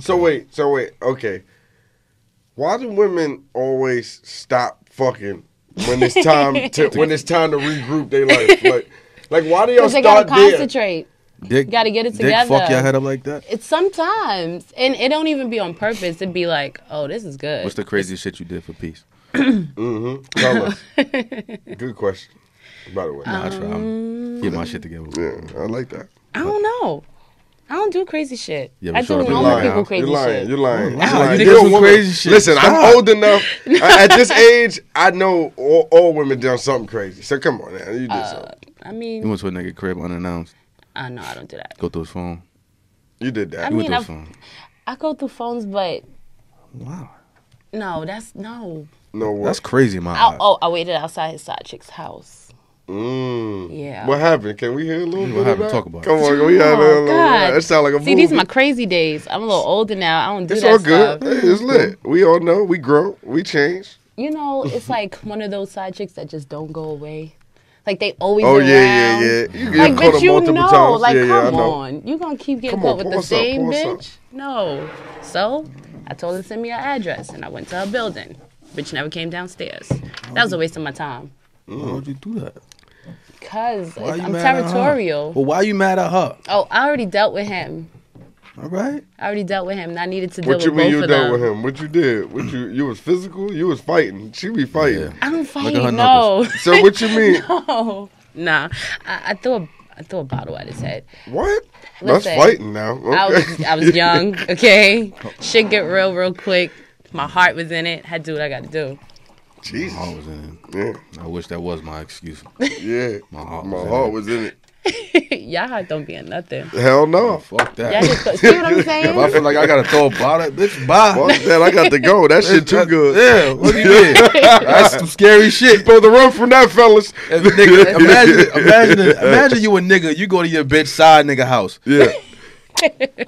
Speaker 1: So wait, so wait, okay. Why do women always stop fucking when it's time to when it's time to regroup their life? Like, like why do y'all
Speaker 4: Because they gotta
Speaker 1: start there?
Speaker 4: concentrate.
Speaker 2: Dick,
Speaker 4: Gotta get it
Speaker 2: Dick, fuck
Speaker 4: together.
Speaker 2: your head up like that.
Speaker 4: It's sometimes, and it don't even be on purpose. It'd be like, oh, this is good.
Speaker 2: What's the craziest shit you did for peace?
Speaker 1: Mm-hmm. Tell us. Good question. By the way,
Speaker 4: Um,
Speaker 2: Nah, I try. I'm get my shit together.
Speaker 1: yeah, I like that.
Speaker 4: I don't know. I don't do crazy shit.
Speaker 2: Yeah, but
Speaker 4: I do
Speaker 2: sure, you're
Speaker 4: normal
Speaker 2: lying.
Speaker 4: people crazy
Speaker 1: You're lying.
Speaker 4: shit.
Speaker 1: You're lying.
Speaker 6: Wow,
Speaker 1: You're lying.
Speaker 6: you think it's
Speaker 1: You're a
Speaker 6: some
Speaker 1: woman.
Speaker 6: crazy shit.
Speaker 1: Listen,
Speaker 6: Stop.
Speaker 1: I'm old enough. I- at this age, I know all, all women done something crazy. So come on now, you
Speaker 4: Uh,
Speaker 1: did something.
Speaker 4: I
Speaker 2: You
Speaker 4: mean,
Speaker 2: went to a nigga crib unannounced.
Speaker 4: I know I don't do that.
Speaker 2: Go through his phone.
Speaker 1: You did that.
Speaker 4: I
Speaker 2: You went
Speaker 4: mean,
Speaker 2: through his phone.
Speaker 4: I've- I go through phones, but
Speaker 2: Wow,
Speaker 4: no, that's no.
Speaker 1: no way.
Speaker 2: that's crazy, in my
Speaker 4: I,
Speaker 1: Uh-huh.
Speaker 2: eyes.
Speaker 4: oh, I waited outside his side chick's house.
Speaker 1: Mm.
Speaker 4: Yeah.
Speaker 1: What happened? Can we hear a little bit? of
Speaker 2: happened?
Speaker 1: that?
Speaker 2: Talk about it.
Speaker 1: Come on, can we hear a little
Speaker 4: Oh,
Speaker 1: bit?
Speaker 4: God.
Speaker 1: That sound like a
Speaker 4: See, these are my
Speaker 1: movie.
Speaker 4: crazy days. I'm a little older now. I don't do
Speaker 1: It's
Speaker 4: that
Speaker 1: all good.
Speaker 4: stuff.
Speaker 1: Hey, it's lit. We all know. We grow. We change.
Speaker 4: You know, it's like one of those side chicks that just don't go away. Like they always.
Speaker 1: Oh
Speaker 4: around.
Speaker 1: yeah, yeah, yeah. You get
Speaker 4: Like,
Speaker 1: caught
Speaker 4: but
Speaker 1: up
Speaker 4: you
Speaker 1: multiple
Speaker 4: know,
Speaker 1: times.
Speaker 4: like,
Speaker 1: yeah, yeah, I
Speaker 4: come
Speaker 1: know.
Speaker 4: on, you gonna keep getting
Speaker 1: Come on,
Speaker 4: caught with
Speaker 1: pull
Speaker 4: the
Speaker 1: us up,
Speaker 4: same
Speaker 1: pull us up.
Speaker 4: bitch? No. So, I told her to send me her address, and I went to her building. Bitch never came downstairs. That was a waste of my time.
Speaker 2: Why would you do that?
Speaker 4: Cause
Speaker 2: Why
Speaker 4: it's,
Speaker 2: you
Speaker 4: I'm
Speaker 2: mad at her?
Speaker 4: territorial.
Speaker 2: Well, why you mad at her?
Speaker 4: Oh, I already dealt with him.
Speaker 2: All right.
Speaker 4: I already dealt with him. And I needed to deal
Speaker 1: What
Speaker 4: with
Speaker 1: you mean
Speaker 4: both
Speaker 1: you
Speaker 4: of
Speaker 1: done
Speaker 4: them.
Speaker 1: with him? What you did? What you you was physical? You was fighting. She be fighting.
Speaker 2: Yeah.
Speaker 4: I don't fight.
Speaker 2: her
Speaker 4: No.
Speaker 1: So what you mean?
Speaker 4: no. Nah. I, I threw a I threw a bottle at his head.
Speaker 1: What? That's
Speaker 4: Listen,
Speaker 1: fighting now.
Speaker 4: I was
Speaker 1: Okay.
Speaker 4: I was young, okay? Shit get real real quick. My heart was in it. Had to do what I gotta do.
Speaker 1: Jesus.
Speaker 2: I was in.
Speaker 1: Yeah,
Speaker 2: I wish that was my excuse.
Speaker 1: yeah.
Speaker 2: My heart
Speaker 1: My
Speaker 2: was in
Speaker 1: heart
Speaker 2: it.
Speaker 1: was in it.
Speaker 4: Y'all heart don't be in nothing.
Speaker 1: Hell no.
Speaker 2: Fuck that.
Speaker 4: Y'all just see what I'm
Speaker 2: If I
Speaker 4: saying?
Speaker 2: feel like I gotta throw a bottle, at- bitch, bye.
Speaker 1: Fuck that. I got to go. That shit too
Speaker 2: That-
Speaker 1: good.
Speaker 2: Yeah, what do you mean? That's some scary shit.
Speaker 1: Supposed to run from that, fellas.
Speaker 2: If a nigga, imagine, imagine, imagine you a nigga. You go to your bitch side nigga house.
Speaker 1: Yeah.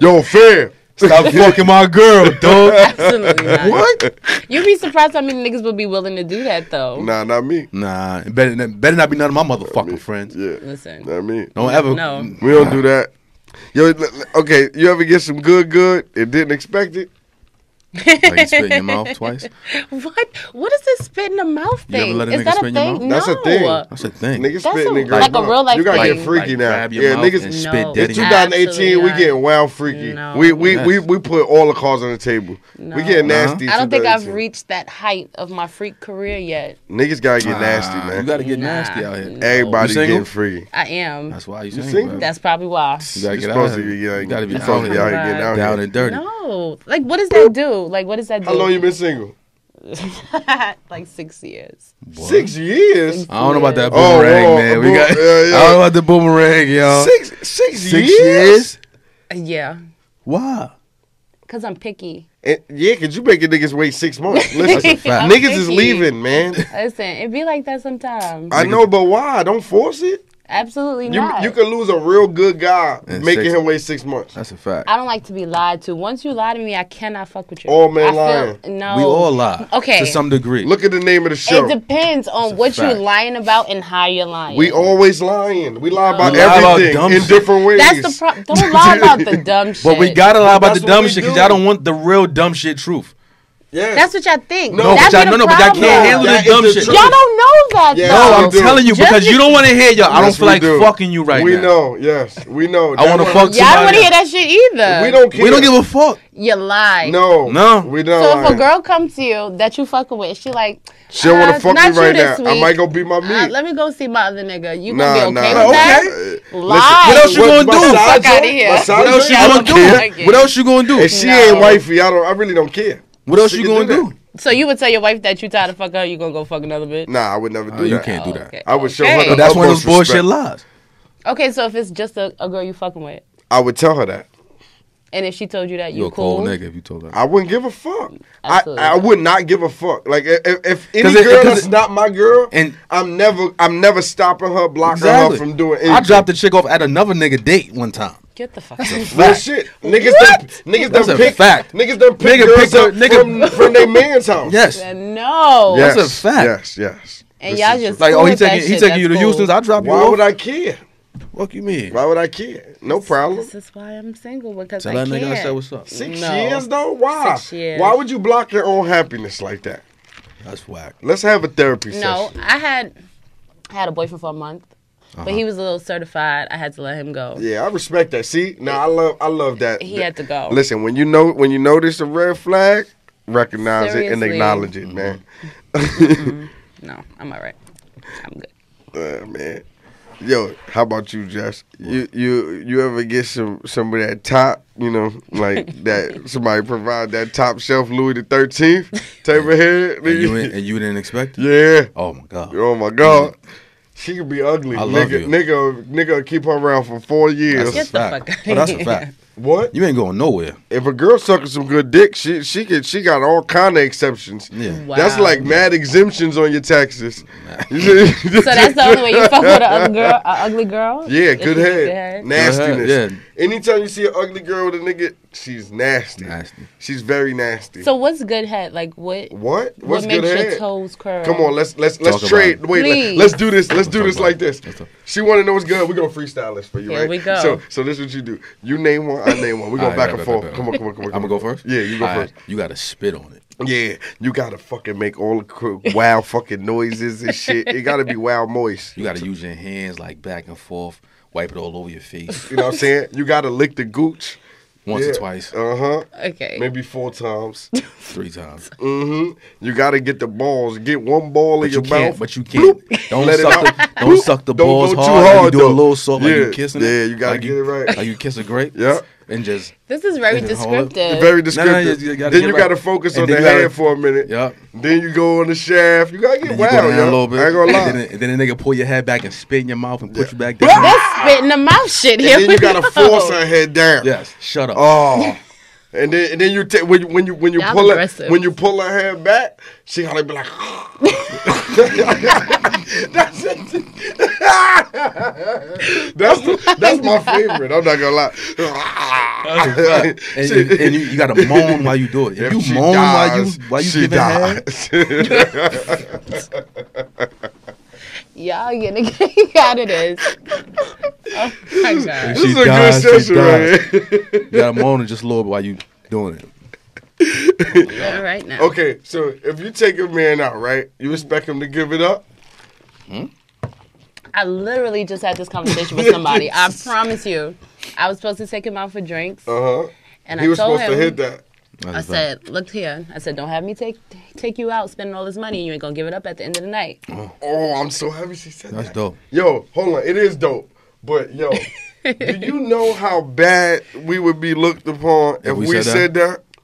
Speaker 1: Yo, fair.
Speaker 2: Stop fucking my girl, dog.
Speaker 4: Absolutely not.
Speaker 2: What?
Speaker 4: You'd be surprised how many niggas would be willing to do that though.
Speaker 1: Nah, not me.
Speaker 2: Nah, it better it better not be none of my motherfucking friends.
Speaker 1: Yeah.
Speaker 4: Listen.
Speaker 1: Not me.
Speaker 2: Don't ever.
Speaker 4: No.
Speaker 1: We don't do that. Yo, l- l- okay. You ever get some good, good? It didn't expect it.
Speaker 2: Like you spit in your mouth twice.
Speaker 4: What? What is this spit in the mouth
Speaker 2: You ever
Speaker 4: thing?
Speaker 2: let a
Speaker 4: Is
Speaker 2: nigga
Speaker 4: that
Speaker 2: spit
Speaker 4: a
Speaker 2: in your
Speaker 4: thing?
Speaker 1: mouth? That's a
Speaker 4: no.
Speaker 1: thing.
Speaker 2: That's a thing.
Speaker 1: Niggas
Speaker 4: That's
Speaker 1: spitting
Speaker 4: a-
Speaker 1: in girls'
Speaker 4: like a
Speaker 1: mouth.
Speaker 4: real life
Speaker 1: You gotta get
Speaker 4: thing.
Speaker 1: freaky
Speaker 2: Like,
Speaker 1: now.
Speaker 2: grab your
Speaker 1: yeah,
Speaker 2: mouth and
Speaker 1: niggas.
Speaker 4: No.
Speaker 2: spit
Speaker 1: It's
Speaker 2: dead in your mouth.
Speaker 1: 2018.
Speaker 4: Absolutely
Speaker 1: We
Speaker 4: not.
Speaker 1: getting wild freaky.
Speaker 4: No.
Speaker 1: We we, we
Speaker 2: Yes.
Speaker 1: we put all the cards on the table.
Speaker 4: No.
Speaker 1: We getting
Speaker 2: Uh-huh.
Speaker 1: nasty.
Speaker 4: I don't think I've
Speaker 1: 2018.
Speaker 4: reached that height of my freak career yet.
Speaker 1: Niggas gotta get nasty,
Speaker 2: Nah,
Speaker 1: man.
Speaker 2: Ah, You gotta get
Speaker 4: Nah.
Speaker 2: nasty out here.
Speaker 1: Everybody
Speaker 2: You single?
Speaker 1: getting freaky.
Speaker 4: I am.
Speaker 2: That's why you
Speaker 1: You
Speaker 2: single.
Speaker 1: single?
Speaker 2: bro.
Speaker 4: That's probably why.
Speaker 2: you gotta
Speaker 1: You're
Speaker 2: get out.
Speaker 1: supposed to be,
Speaker 2: here.
Speaker 1: yeah,
Speaker 2: you gotta be
Speaker 1: you're supposed to be out
Speaker 2: down,
Speaker 1: here getting out
Speaker 2: down
Speaker 1: here.
Speaker 2: and dirty.
Speaker 4: No. Like, what does that do? Like, what does that do?
Speaker 1: How long you been single?
Speaker 4: like six years.
Speaker 2: What?
Speaker 1: Six years.
Speaker 2: I don't know about that
Speaker 1: Oh,
Speaker 2: boomerang,
Speaker 1: oh,
Speaker 2: man.
Speaker 1: a
Speaker 2: We
Speaker 1: boom-
Speaker 2: got.
Speaker 1: yeah, yeah.
Speaker 2: I don't know about the boomerang, y'all.
Speaker 1: Six six,
Speaker 2: Uh, Six
Speaker 1: years.
Speaker 2: years?
Speaker 4: Uh, Yeah.
Speaker 2: Why?
Speaker 4: Cause I'm picky.
Speaker 1: And, yeah, cause you making niggas wait six months. Listen,
Speaker 2: That's a fact.
Speaker 1: niggas is
Speaker 4: Picky.
Speaker 1: leaving, man.
Speaker 4: Listen, it be like that sometimes.
Speaker 1: I know, but why? Don't force it.
Speaker 4: Absolutely
Speaker 1: You
Speaker 4: not.
Speaker 1: you could lose a real good guy
Speaker 2: And
Speaker 1: making
Speaker 2: six-
Speaker 1: him wait six months.
Speaker 2: That's a fact.
Speaker 4: I don't like to be lied to. Once you lie to me, I cannot fuck with you.
Speaker 1: All men
Speaker 4: I feel-
Speaker 1: lying.
Speaker 4: No.
Speaker 2: We all lie.
Speaker 4: Okay.
Speaker 2: To some degree.
Speaker 1: Look at the name of the
Speaker 4: It
Speaker 1: show.
Speaker 4: depends on
Speaker 2: a
Speaker 4: what you're
Speaker 2: fact.
Speaker 4: lying about and how you're lying.
Speaker 1: We always lying. We lie about
Speaker 2: We lie about
Speaker 1: everything
Speaker 2: dumb
Speaker 1: in
Speaker 2: shit.
Speaker 1: different ways.
Speaker 4: Oh. That's the problem. Don't lie about the dumb shit.
Speaker 2: but we gotta lie about
Speaker 1: That's
Speaker 2: the
Speaker 1: what
Speaker 2: dumb
Speaker 1: we
Speaker 2: shit because
Speaker 1: do.
Speaker 2: y'all don't want the real dumb shit truth.
Speaker 1: Yeah.
Speaker 4: That's what y'all think.
Speaker 1: No,
Speaker 4: That
Speaker 2: but y'all,
Speaker 4: be
Speaker 2: no,
Speaker 4: the
Speaker 2: no, but y'all
Speaker 4: problem.
Speaker 2: can't handle
Speaker 1: That
Speaker 2: the
Speaker 1: is
Speaker 2: dumb
Speaker 1: the
Speaker 2: shit.
Speaker 1: truth.
Speaker 4: Y'all don't know that.
Speaker 1: Yeah.
Speaker 4: though.
Speaker 2: No,
Speaker 1: we
Speaker 2: I'm
Speaker 1: do.
Speaker 2: telling you
Speaker 4: Just
Speaker 2: because you don't want to hear y'all. I don't
Speaker 1: Yes,
Speaker 2: feel
Speaker 1: we
Speaker 2: like
Speaker 1: do.
Speaker 2: fucking you right
Speaker 1: we
Speaker 2: now.
Speaker 1: know. Yes, we know.
Speaker 2: I want to
Speaker 1: That's
Speaker 2: fuck
Speaker 4: Y'all don't want
Speaker 2: somebody.
Speaker 4: to hear that shit either.
Speaker 1: We don't care.
Speaker 2: We don't give a fuck.
Speaker 4: You lie.
Speaker 1: No,
Speaker 2: No.
Speaker 1: we don't.
Speaker 4: So if a girl comes to you that you fucking with, she like,
Speaker 1: she don't want
Speaker 4: uh,
Speaker 1: to fuck me
Speaker 4: not you
Speaker 1: right now,
Speaker 4: this
Speaker 1: I
Speaker 4: week.
Speaker 1: might go beat my meat.
Speaker 4: uh, let me go see my other nigga. You
Speaker 1: nah,
Speaker 4: gonna be okay
Speaker 1: nah.
Speaker 4: with
Speaker 2: Okay.
Speaker 4: that? Lie.
Speaker 2: What else you
Speaker 1: What-
Speaker 2: gonna do?
Speaker 1: massage
Speaker 4: Fuck outta
Speaker 1: joint?
Speaker 4: here.
Speaker 1: Massage
Speaker 2: What else you
Speaker 1: joint?
Speaker 4: I
Speaker 2: gonna
Speaker 4: don't care.
Speaker 2: do? What else you gonna do?
Speaker 1: If she
Speaker 4: No.
Speaker 1: ain't wifey, I don't. I really don't care.
Speaker 2: What else
Speaker 1: She
Speaker 2: you
Speaker 1: can
Speaker 2: gonna
Speaker 1: do
Speaker 2: do?
Speaker 4: So you would tell your wife that you tired of fuck her, you gonna go fuck another bitch?
Speaker 1: Nah, I would never do
Speaker 2: Oh,
Speaker 1: that.
Speaker 2: you can't do that.
Speaker 4: Okay.
Speaker 1: I would show
Speaker 4: Okay.
Speaker 1: her. The
Speaker 2: But that's one of those
Speaker 1: utmost
Speaker 2: bullshit
Speaker 1: respect.
Speaker 2: lies.
Speaker 4: Okay, so if it's just a, a girl you fucking with,
Speaker 1: I would tell her that.
Speaker 4: and if she told you that you
Speaker 2: You a
Speaker 4: cool,
Speaker 2: cold nigga if you told her.
Speaker 1: I wouldn't give a fuck. I,
Speaker 4: Absolutely.
Speaker 1: I would not give a fuck. Like if, if- if any
Speaker 2: 'Cause it- 'cause
Speaker 1: girl that's
Speaker 2: it-
Speaker 1: not my girl,
Speaker 2: and-
Speaker 1: I'm never I'm never stopping her, blocking her from doing anything.
Speaker 2: I dropped the chick off at another nigga date one time.
Speaker 4: get the fuck out. of
Speaker 1: Real shit. Niggas done, niggas
Speaker 2: That's
Speaker 1: done
Speaker 2: a
Speaker 1: pick
Speaker 2: fact.
Speaker 1: niggas done pick
Speaker 2: Nigga
Speaker 1: girls
Speaker 2: picked her-
Speaker 1: up
Speaker 2: nigga-
Speaker 1: from, from their man's house.
Speaker 2: Yes.
Speaker 4: here. no.
Speaker 1: yes,
Speaker 2: That's a fact.
Speaker 1: Yes, yes.
Speaker 4: And
Speaker 1: This
Speaker 4: y'all
Speaker 1: is
Speaker 4: just
Speaker 2: Like,
Speaker 4: cool
Speaker 2: oh, he
Speaker 4: with that
Speaker 2: taking he
Speaker 4: shit,
Speaker 2: taking you to
Speaker 4: that's cool.
Speaker 2: Houston's. I drop you
Speaker 1: Why
Speaker 2: off.
Speaker 1: would I care?
Speaker 2: Fuck you mean?
Speaker 1: Why would I care? No problem.
Speaker 4: This is why I'm single because
Speaker 2: Tell
Speaker 4: I
Speaker 2: that nigga I
Speaker 4: can't.
Speaker 2: said what's up.
Speaker 1: Six
Speaker 4: No.
Speaker 1: years though? Why?
Speaker 4: Six years.
Speaker 1: Why would you block your own happiness like that?
Speaker 2: That's whack.
Speaker 1: Let's have a therapy
Speaker 4: No,
Speaker 1: session.
Speaker 4: I had I had a boyfriend for a month, but he was a little certified. I had to let him go.
Speaker 1: Uh-huh. Yeah, I respect that. See, now I love I love that.
Speaker 4: He had to go.
Speaker 1: Listen, when you know when you notice a red flag, recognize it and
Speaker 4: Seriously.
Speaker 1: Mm-hmm. acknowledge it, man.
Speaker 4: No, I'm all right. I'm good.
Speaker 1: Uh, man. Yo, how about you, Josh? You you you ever get some some of that top, you know, like that somebody provide that top shelf Louis the Thirteenth type of head?
Speaker 2: And you, ain't- and you didn't expect it?
Speaker 1: yeah.
Speaker 2: Oh my god.
Speaker 1: Oh my god. She could be ugly.
Speaker 2: I
Speaker 1: nigga,
Speaker 2: love you.
Speaker 1: nigga nigga keep her around for four
Speaker 2: That's a
Speaker 1: years.
Speaker 4: Get the
Speaker 2: fact.
Speaker 4: fuck outta
Speaker 2: Oh, that's a
Speaker 4: here.
Speaker 2: fact.
Speaker 1: what?
Speaker 2: You ain't going nowhere.
Speaker 1: If a girl sucking some good dick, she she could she got all kind of exceptions.
Speaker 2: Yeah.
Speaker 4: Wow.
Speaker 1: That's like mad exemptions on your taxes. so
Speaker 4: So that's the only way you fuck with an ugly girl. An ugly girl.
Speaker 1: Yeah,
Speaker 4: If
Speaker 1: good
Speaker 4: you get
Speaker 1: head. Nastiness.
Speaker 2: Good head, yeah.
Speaker 1: Anytime you see an ugly girl with a nigga, she's nasty.
Speaker 2: Nasty.
Speaker 1: She's very nasty.
Speaker 4: So what's good head? Like what?
Speaker 1: what? What's
Speaker 4: what
Speaker 1: good
Speaker 4: makes
Speaker 1: head?
Speaker 4: your toes curl?
Speaker 1: Come on, let's let's let's
Speaker 2: Talk about
Speaker 1: trade.
Speaker 2: it.
Speaker 1: Wait, let,
Speaker 4: Please.
Speaker 1: let's do this. Let's do this
Speaker 2: about
Speaker 1: like this.
Speaker 2: talk.
Speaker 1: She want to know what's good. We're gonna freestyle this for you,
Speaker 4: Here
Speaker 1: right?
Speaker 4: we go.
Speaker 1: So so this is what you do. You name one, I name one. We're
Speaker 2: All right,
Speaker 1: going
Speaker 2: bet,
Speaker 1: back and
Speaker 2: bet,
Speaker 1: forth.
Speaker 2: bet.
Speaker 1: Come on, come on, come on.
Speaker 2: I'm gonna go first.
Speaker 1: Yeah, you go
Speaker 2: All right,
Speaker 1: first.
Speaker 2: You gotta spit on it.
Speaker 1: Yeah, you gotta fucking make all the cr- wild fucking noises and shit. It gotta be wild moist.
Speaker 2: You gotta use your hands like back and forth, wipe it all over your face
Speaker 1: You know what I'm saying? You gotta lick the gooch.
Speaker 2: once or twice,
Speaker 1: Uh huh.
Speaker 4: Okay.
Speaker 1: Maybe four times.
Speaker 2: three times.
Speaker 1: Mm-hmm. You gotta get the balls. Get one ball
Speaker 2: But
Speaker 1: in
Speaker 2: you
Speaker 1: your
Speaker 2: can't.
Speaker 1: mouth.
Speaker 2: But you can't. Don't
Speaker 1: Let it
Speaker 2: suck. The,
Speaker 1: out.
Speaker 2: don't suck the
Speaker 1: Don't go
Speaker 2: balls
Speaker 1: too
Speaker 2: hard.
Speaker 1: hard,
Speaker 2: you do a
Speaker 1: though.
Speaker 2: little soft like
Speaker 1: Yeah.
Speaker 2: you kissing. it.
Speaker 1: Yeah, you gotta
Speaker 2: Like
Speaker 1: get it right.
Speaker 2: Like you kiss a grape.
Speaker 1: Yeah.
Speaker 2: And just
Speaker 4: This is very
Speaker 2: Hold up.
Speaker 1: Very
Speaker 4: descriptive.
Speaker 2: No, no, you-
Speaker 1: descriptive.
Speaker 2: you gotta
Speaker 1: then
Speaker 2: get
Speaker 1: you
Speaker 2: right.
Speaker 1: gotta focus
Speaker 2: And
Speaker 1: on
Speaker 2: then
Speaker 1: the
Speaker 2: you gotta-
Speaker 1: hand for a minute.
Speaker 2: yeah.
Speaker 1: Then you go on the shaft. You gotta get
Speaker 2: Then you go
Speaker 1: wild,
Speaker 2: down a little
Speaker 1: yo.
Speaker 2: bit.
Speaker 1: I ain't gonna lie.
Speaker 2: And then, and then the nigga pull your head back and spit in your mouth and put you back down.
Speaker 4: this spitting the mouth shit here.
Speaker 1: And then you
Speaker 4: we
Speaker 1: gotta
Speaker 2: Oh.
Speaker 4: go.
Speaker 1: force her head down.
Speaker 2: Yes. Shut up.
Speaker 1: Oh. And then, and then you take when you when you when you
Speaker 4: Y'all
Speaker 1: pull it
Speaker 4: aggressive.
Speaker 1: when you pull her hair back, she gotta be like. that's it. that's, the, that's my favorite. I'm not gonna lie.
Speaker 2: And, and, and you, you gotta moan while you do it. If,
Speaker 1: If she
Speaker 2: you moan while you
Speaker 1: dies,
Speaker 2: while you
Speaker 1: she
Speaker 2: give it head,
Speaker 1: dies.
Speaker 4: Y'all getting a kick out of this. Oh my god.
Speaker 1: this
Speaker 2: she
Speaker 1: is a
Speaker 2: dies, she
Speaker 1: good session right
Speaker 2: dies.
Speaker 1: here.
Speaker 2: you gotta moan and just lower while you doing it.
Speaker 4: All right now.
Speaker 1: Okay, so if you take a man out, right, you expect him to give it up.
Speaker 4: I literally just had this conversation with somebody. I promise you. I was supposed to take him out for drinks.
Speaker 1: Uh huh.
Speaker 4: and
Speaker 1: He
Speaker 4: I
Speaker 1: was
Speaker 4: told
Speaker 1: supposed
Speaker 4: him
Speaker 1: to hit that.
Speaker 4: I said, look here. I said, don't have me take take you out spending all this money and you ain't gonna give it up at the end of the night.
Speaker 1: Oh, I'm so happy she said
Speaker 2: That's
Speaker 1: that.
Speaker 2: dope.
Speaker 1: Yo, hold on. It is dope. But yo, do you know how bad we would be looked upon if, we, said that? Uh,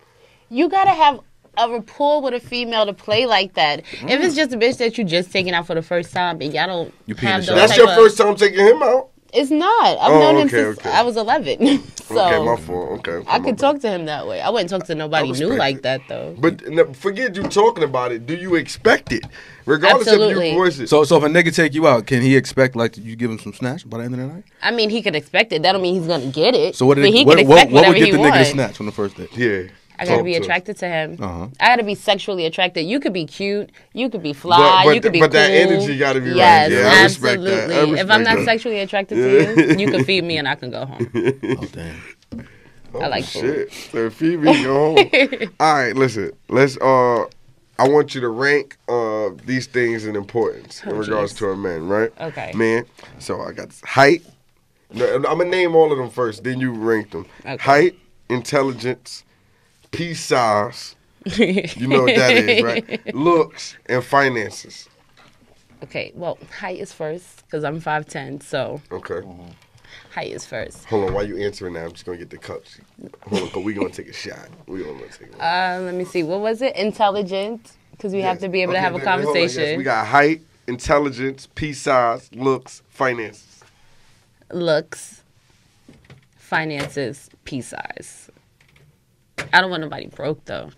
Speaker 4: You gotta have a rapport with a female to play like that.
Speaker 1: Mm.
Speaker 4: If it's just a bitch that you just taking out for the first time and y'all don't
Speaker 2: You peeing
Speaker 4: have
Speaker 2: the shot.
Speaker 4: those
Speaker 1: That's
Speaker 4: type
Speaker 1: your
Speaker 4: of-
Speaker 1: first time taking him out.
Speaker 4: It's not. I've
Speaker 1: Oh,
Speaker 4: known him
Speaker 1: okay,
Speaker 4: since
Speaker 1: okay.
Speaker 4: I was 11. so
Speaker 1: okay, my fault. Okay.
Speaker 4: I
Speaker 1: my
Speaker 4: could
Speaker 1: bad.
Speaker 4: talk to him that way. I wouldn't talk to nobody new
Speaker 1: respect
Speaker 4: like
Speaker 1: it.
Speaker 4: that though.
Speaker 1: But n- forget you talking about it. Do you expect it? Regardless if
Speaker 4: Absolutely.
Speaker 1: you voice it.
Speaker 2: So so if a nigga take you out, can he expect like you give him some snatch by the end of the night?
Speaker 4: I mean, he could expect it. That don't mean he's gonna get it.
Speaker 2: So what did
Speaker 4: but he
Speaker 2: what,
Speaker 4: could
Speaker 2: what-
Speaker 4: expect
Speaker 2: what
Speaker 4: whatever
Speaker 2: would get
Speaker 4: he
Speaker 2: the nigga to
Speaker 4: wants.
Speaker 2: snatch on the first date?
Speaker 1: yeah.
Speaker 4: I gotta
Speaker 1: talk
Speaker 4: be
Speaker 1: to him.
Speaker 4: attracted to him.
Speaker 2: Uh-huh.
Speaker 4: I gotta be sexually attracted. You could be cute. You could be fly.
Speaker 1: but
Speaker 4: you could be
Speaker 1: th- but
Speaker 4: cool.
Speaker 1: that energy gotta be right.
Speaker 4: yes,
Speaker 1: Yeah, I respect
Speaker 4: absolutely.
Speaker 1: that. I
Speaker 4: if I'm
Speaker 1: respect
Speaker 4: not
Speaker 1: that.
Speaker 4: sexually attracted to you, you can feed me and I can go home.
Speaker 2: Oh damn.
Speaker 4: I like food.
Speaker 1: Oh, shit. So Phoebe, go home. All right, listen. Let's. uh I want you to rank uh these things in importance in
Speaker 4: Oh,
Speaker 1: regards
Speaker 4: jeez.
Speaker 1: to a man, right?
Speaker 4: Okay.
Speaker 1: Man. So I got height. No, I'm gonna name all of them first. Then you rank them.
Speaker 4: Okay.
Speaker 1: Height, intelligence, peace size. You know what that is, right? Looks and finances.
Speaker 4: okay. Well, height is first because I'm five ten. So
Speaker 1: Okay.
Speaker 4: height is first.
Speaker 1: Hold on. While you answering that, I'm just gonna get the cups. Hold on, cause we gonna take a shot. We gonna take. A
Speaker 4: Uh, let me see. What was it? Intelligent. Because we have
Speaker 1: Yes.
Speaker 4: to be able to
Speaker 1: Okay,
Speaker 4: have a
Speaker 1: wait, wait, hold on, yes.
Speaker 4: conversation.
Speaker 1: We got height, intelligence, peace size, looks, finances.
Speaker 4: looks, finances, peace size. I don't want nobody broke though,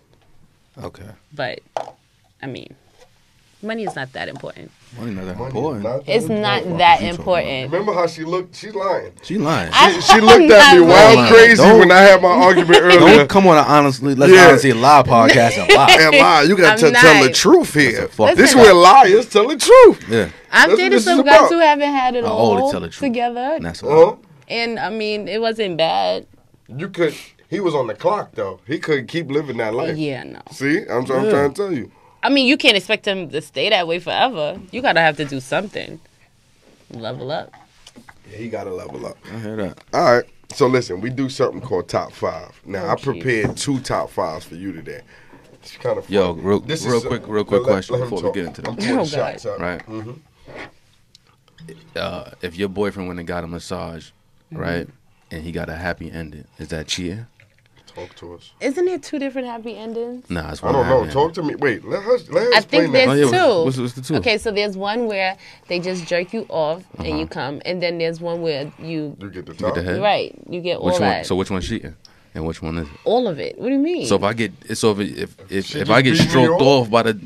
Speaker 2: Okay.
Speaker 4: but I mean, money is not that important.
Speaker 2: Money not that
Speaker 1: Money is
Speaker 2: important.
Speaker 1: not that
Speaker 4: It's not
Speaker 1: important.
Speaker 4: that
Speaker 2: you talking
Speaker 4: important.
Speaker 1: Remember how she looked? She lying.
Speaker 2: She lying.
Speaker 4: I-
Speaker 1: She looked at me
Speaker 4: I'm not
Speaker 1: wild
Speaker 4: lying.
Speaker 1: crazy
Speaker 2: Don't-
Speaker 1: when I had my argument earlier.
Speaker 2: Don't come on an honestly let's
Speaker 1: Yeah.
Speaker 2: honestly lie podcast and lie.
Speaker 1: And lie, you gotta
Speaker 4: I'm
Speaker 1: t- tell the
Speaker 4: not.
Speaker 1: truth here.
Speaker 2: That's a fuck-
Speaker 1: This
Speaker 4: Listen.
Speaker 1: where liars tell the truth.
Speaker 2: Yeah.
Speaker 4: I've
Speaker 1: That's what
Speaker 4: dated
Speaker 1: this
Speaker 4: some
Speaker 1: is
Speaker 4: guys
Speaker 1: about.
Speaker 4: who haven't had it
Speaker 2: I always
Speaker 4: all
Speaker 2: tell the truth.
Speaker 4: together,
Speaker 2: And that's a
Speaker 1: Uh-huh.
Speaker 2: lie.
Speaker 4: and I mean, it wasn't bad.
Speaker 1: You could. He was on the clock though. He couldn't keep living that life.
Speaker 4: Yeah, no.
Speaker 1: See, I'm, I'm trying to tell you.
Speaker 4: I mean, you can't expect them to stay that way forever. You gotta have to do something. Level up.
Speaker 1: Yeah, he gotta level up.
Speaker 2: I hear that.
Speaker 1: All right. So listen, we do something called top five. Now
Speaker 4: Oh,
Speaker 1: I prepared two top fives for you today. It's kind of
Speaker 2: Yo, real- real quick- real quick question before we get into that.
Speaker 1: that.
Speaker 4: Oh, God.
Speaker 2: Right. uh, if your boyfriend went and got a massage, right, and he got a happy ending, is that cheating?
Speaker 1: Talk to us.
Speaker 4: Isn't it two different happy endings?
Speaker 2: Nah, it's
Speaker 1: I
Speaker 2: one
Speaker 1: don't
Speaker 2: happy
Speaker 1: know.
Speaker 2: ending.
Speaker 1: Talk to me. Wait, let her, let her
Speaker 4: I
Speaker 1: explain
Speaker 4: think there's
Speaker 2: Oh,
Speaker 1: that.
Speaker 2: yeah, what's-
Speaker 4: two.
Speaker 2: what's- what's the two?
Speaker 4: Okay, so there's one where they just jerk you off
Speaker 2: Uh-huh.
Speaker 4: and you come, and then there's one where you
Speaker 1: You get the top.
Speaker 2: the head.
Speaker 4: right, you get all
Speaker 2: Which one?
Speaker 4: that,
Speaker 2: So which one's cheating, and which one is it?
Speaker 4: all of it. What do you mean?
Speaker 2: So if I get, so if if if,
Speaker 1: She
Speaker 2: if I
Speaker 1: just
Speaker 2: get
Speaker 1: beat me
Speaker 2: stroked
Speaker 1: off.
Speaker 2: off by the,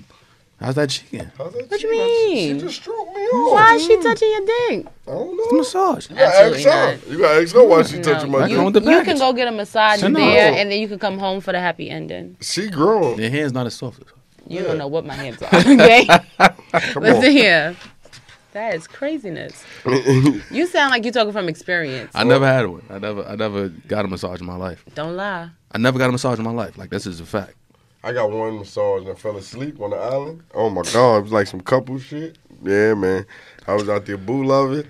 Speaker 2: how's that cheating?
Speaker 1: How's that
Speaker 4: What you
Speaker 1: cheating? She-
Speaker 4: mean?
Speaker 1: She just stroked me off. Hmm.
Speaker 4: why is she touching your dick?
Speaker 1: I don't know.
Speaker 7: Massage.
Speaker 1: You gotta ask
Speaker 4: Absolutely
Speaker 1: her.
Speaker 4: not.
Speaker 1: You gotta ask her why she touching
Speaker 4: No,
Speaker 1: my
Speaker 4: you,
Speaker 2: Come
Speaker 1: dick.
Speaker 2: with the
Speaker 4: you can
Speaker 2: package.
Speaker 4: go get a massage
Speaker 2: Send her
Speaker 4: there,
Speaker 1: home.
Speaker 4: and then you can come home for the happy ending.
Speaker 1: She grown.
Speaker 2: Your hand's not as soft.
Speaker 4: You don't know what my hands are. Okay,
Speaker 1: Come on.
Speaker 4: listen here. That is craziness. You sound like you're talking from experience.
Speaker 2: I never had one. I never, I never got a massage in my life.
Speaker 4: Don't lie.
Speaker 2: I never got a massage in my life. Like this is a fact.
Speaker 1: I got one massage and I fell asleep on the island. Oh my god, it was like some couple shit. Yeah, man. I was out there boo loving.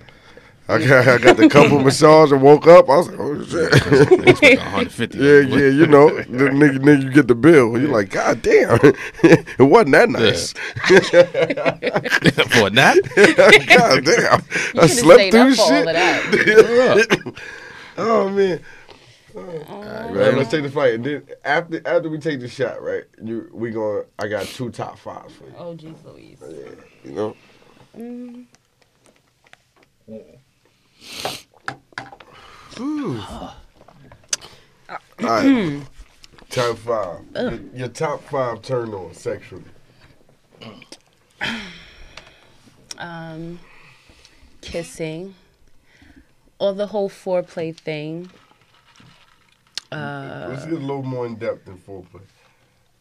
Speaker 1: I got I got the couple massage and woke up. I was like, oh shit.
Speaker 2: It's like 150.
Speaker 1: Yeah, yeah, you know, the nigga, nigga, you get the bill. You're like, God damn, it wasn't that nice.
Speaker 2: For a nap?
Speaker 1: God damn, I
Speaker 4: You should have
Speaker 1: slept
Speaker 4: stayed up
Speaker 1: through
Speaker 4: for
Speaker 1: shit.
Speaker 4: all of that.
Speaker 1: oh man. All right, let's take the fight. And then after after we take the shot, right? You we going to I got two top fives for you.
Speaker 4: Oh, geez, Louise.
Speaker 1: You know? Mm. Ooh. All right. Top five. Your, your top five turn on sexually.
Speaker 4: um, kissing, or the whole foreplay thing.
Speaker 1: Let's get a little more in depth than foreplay.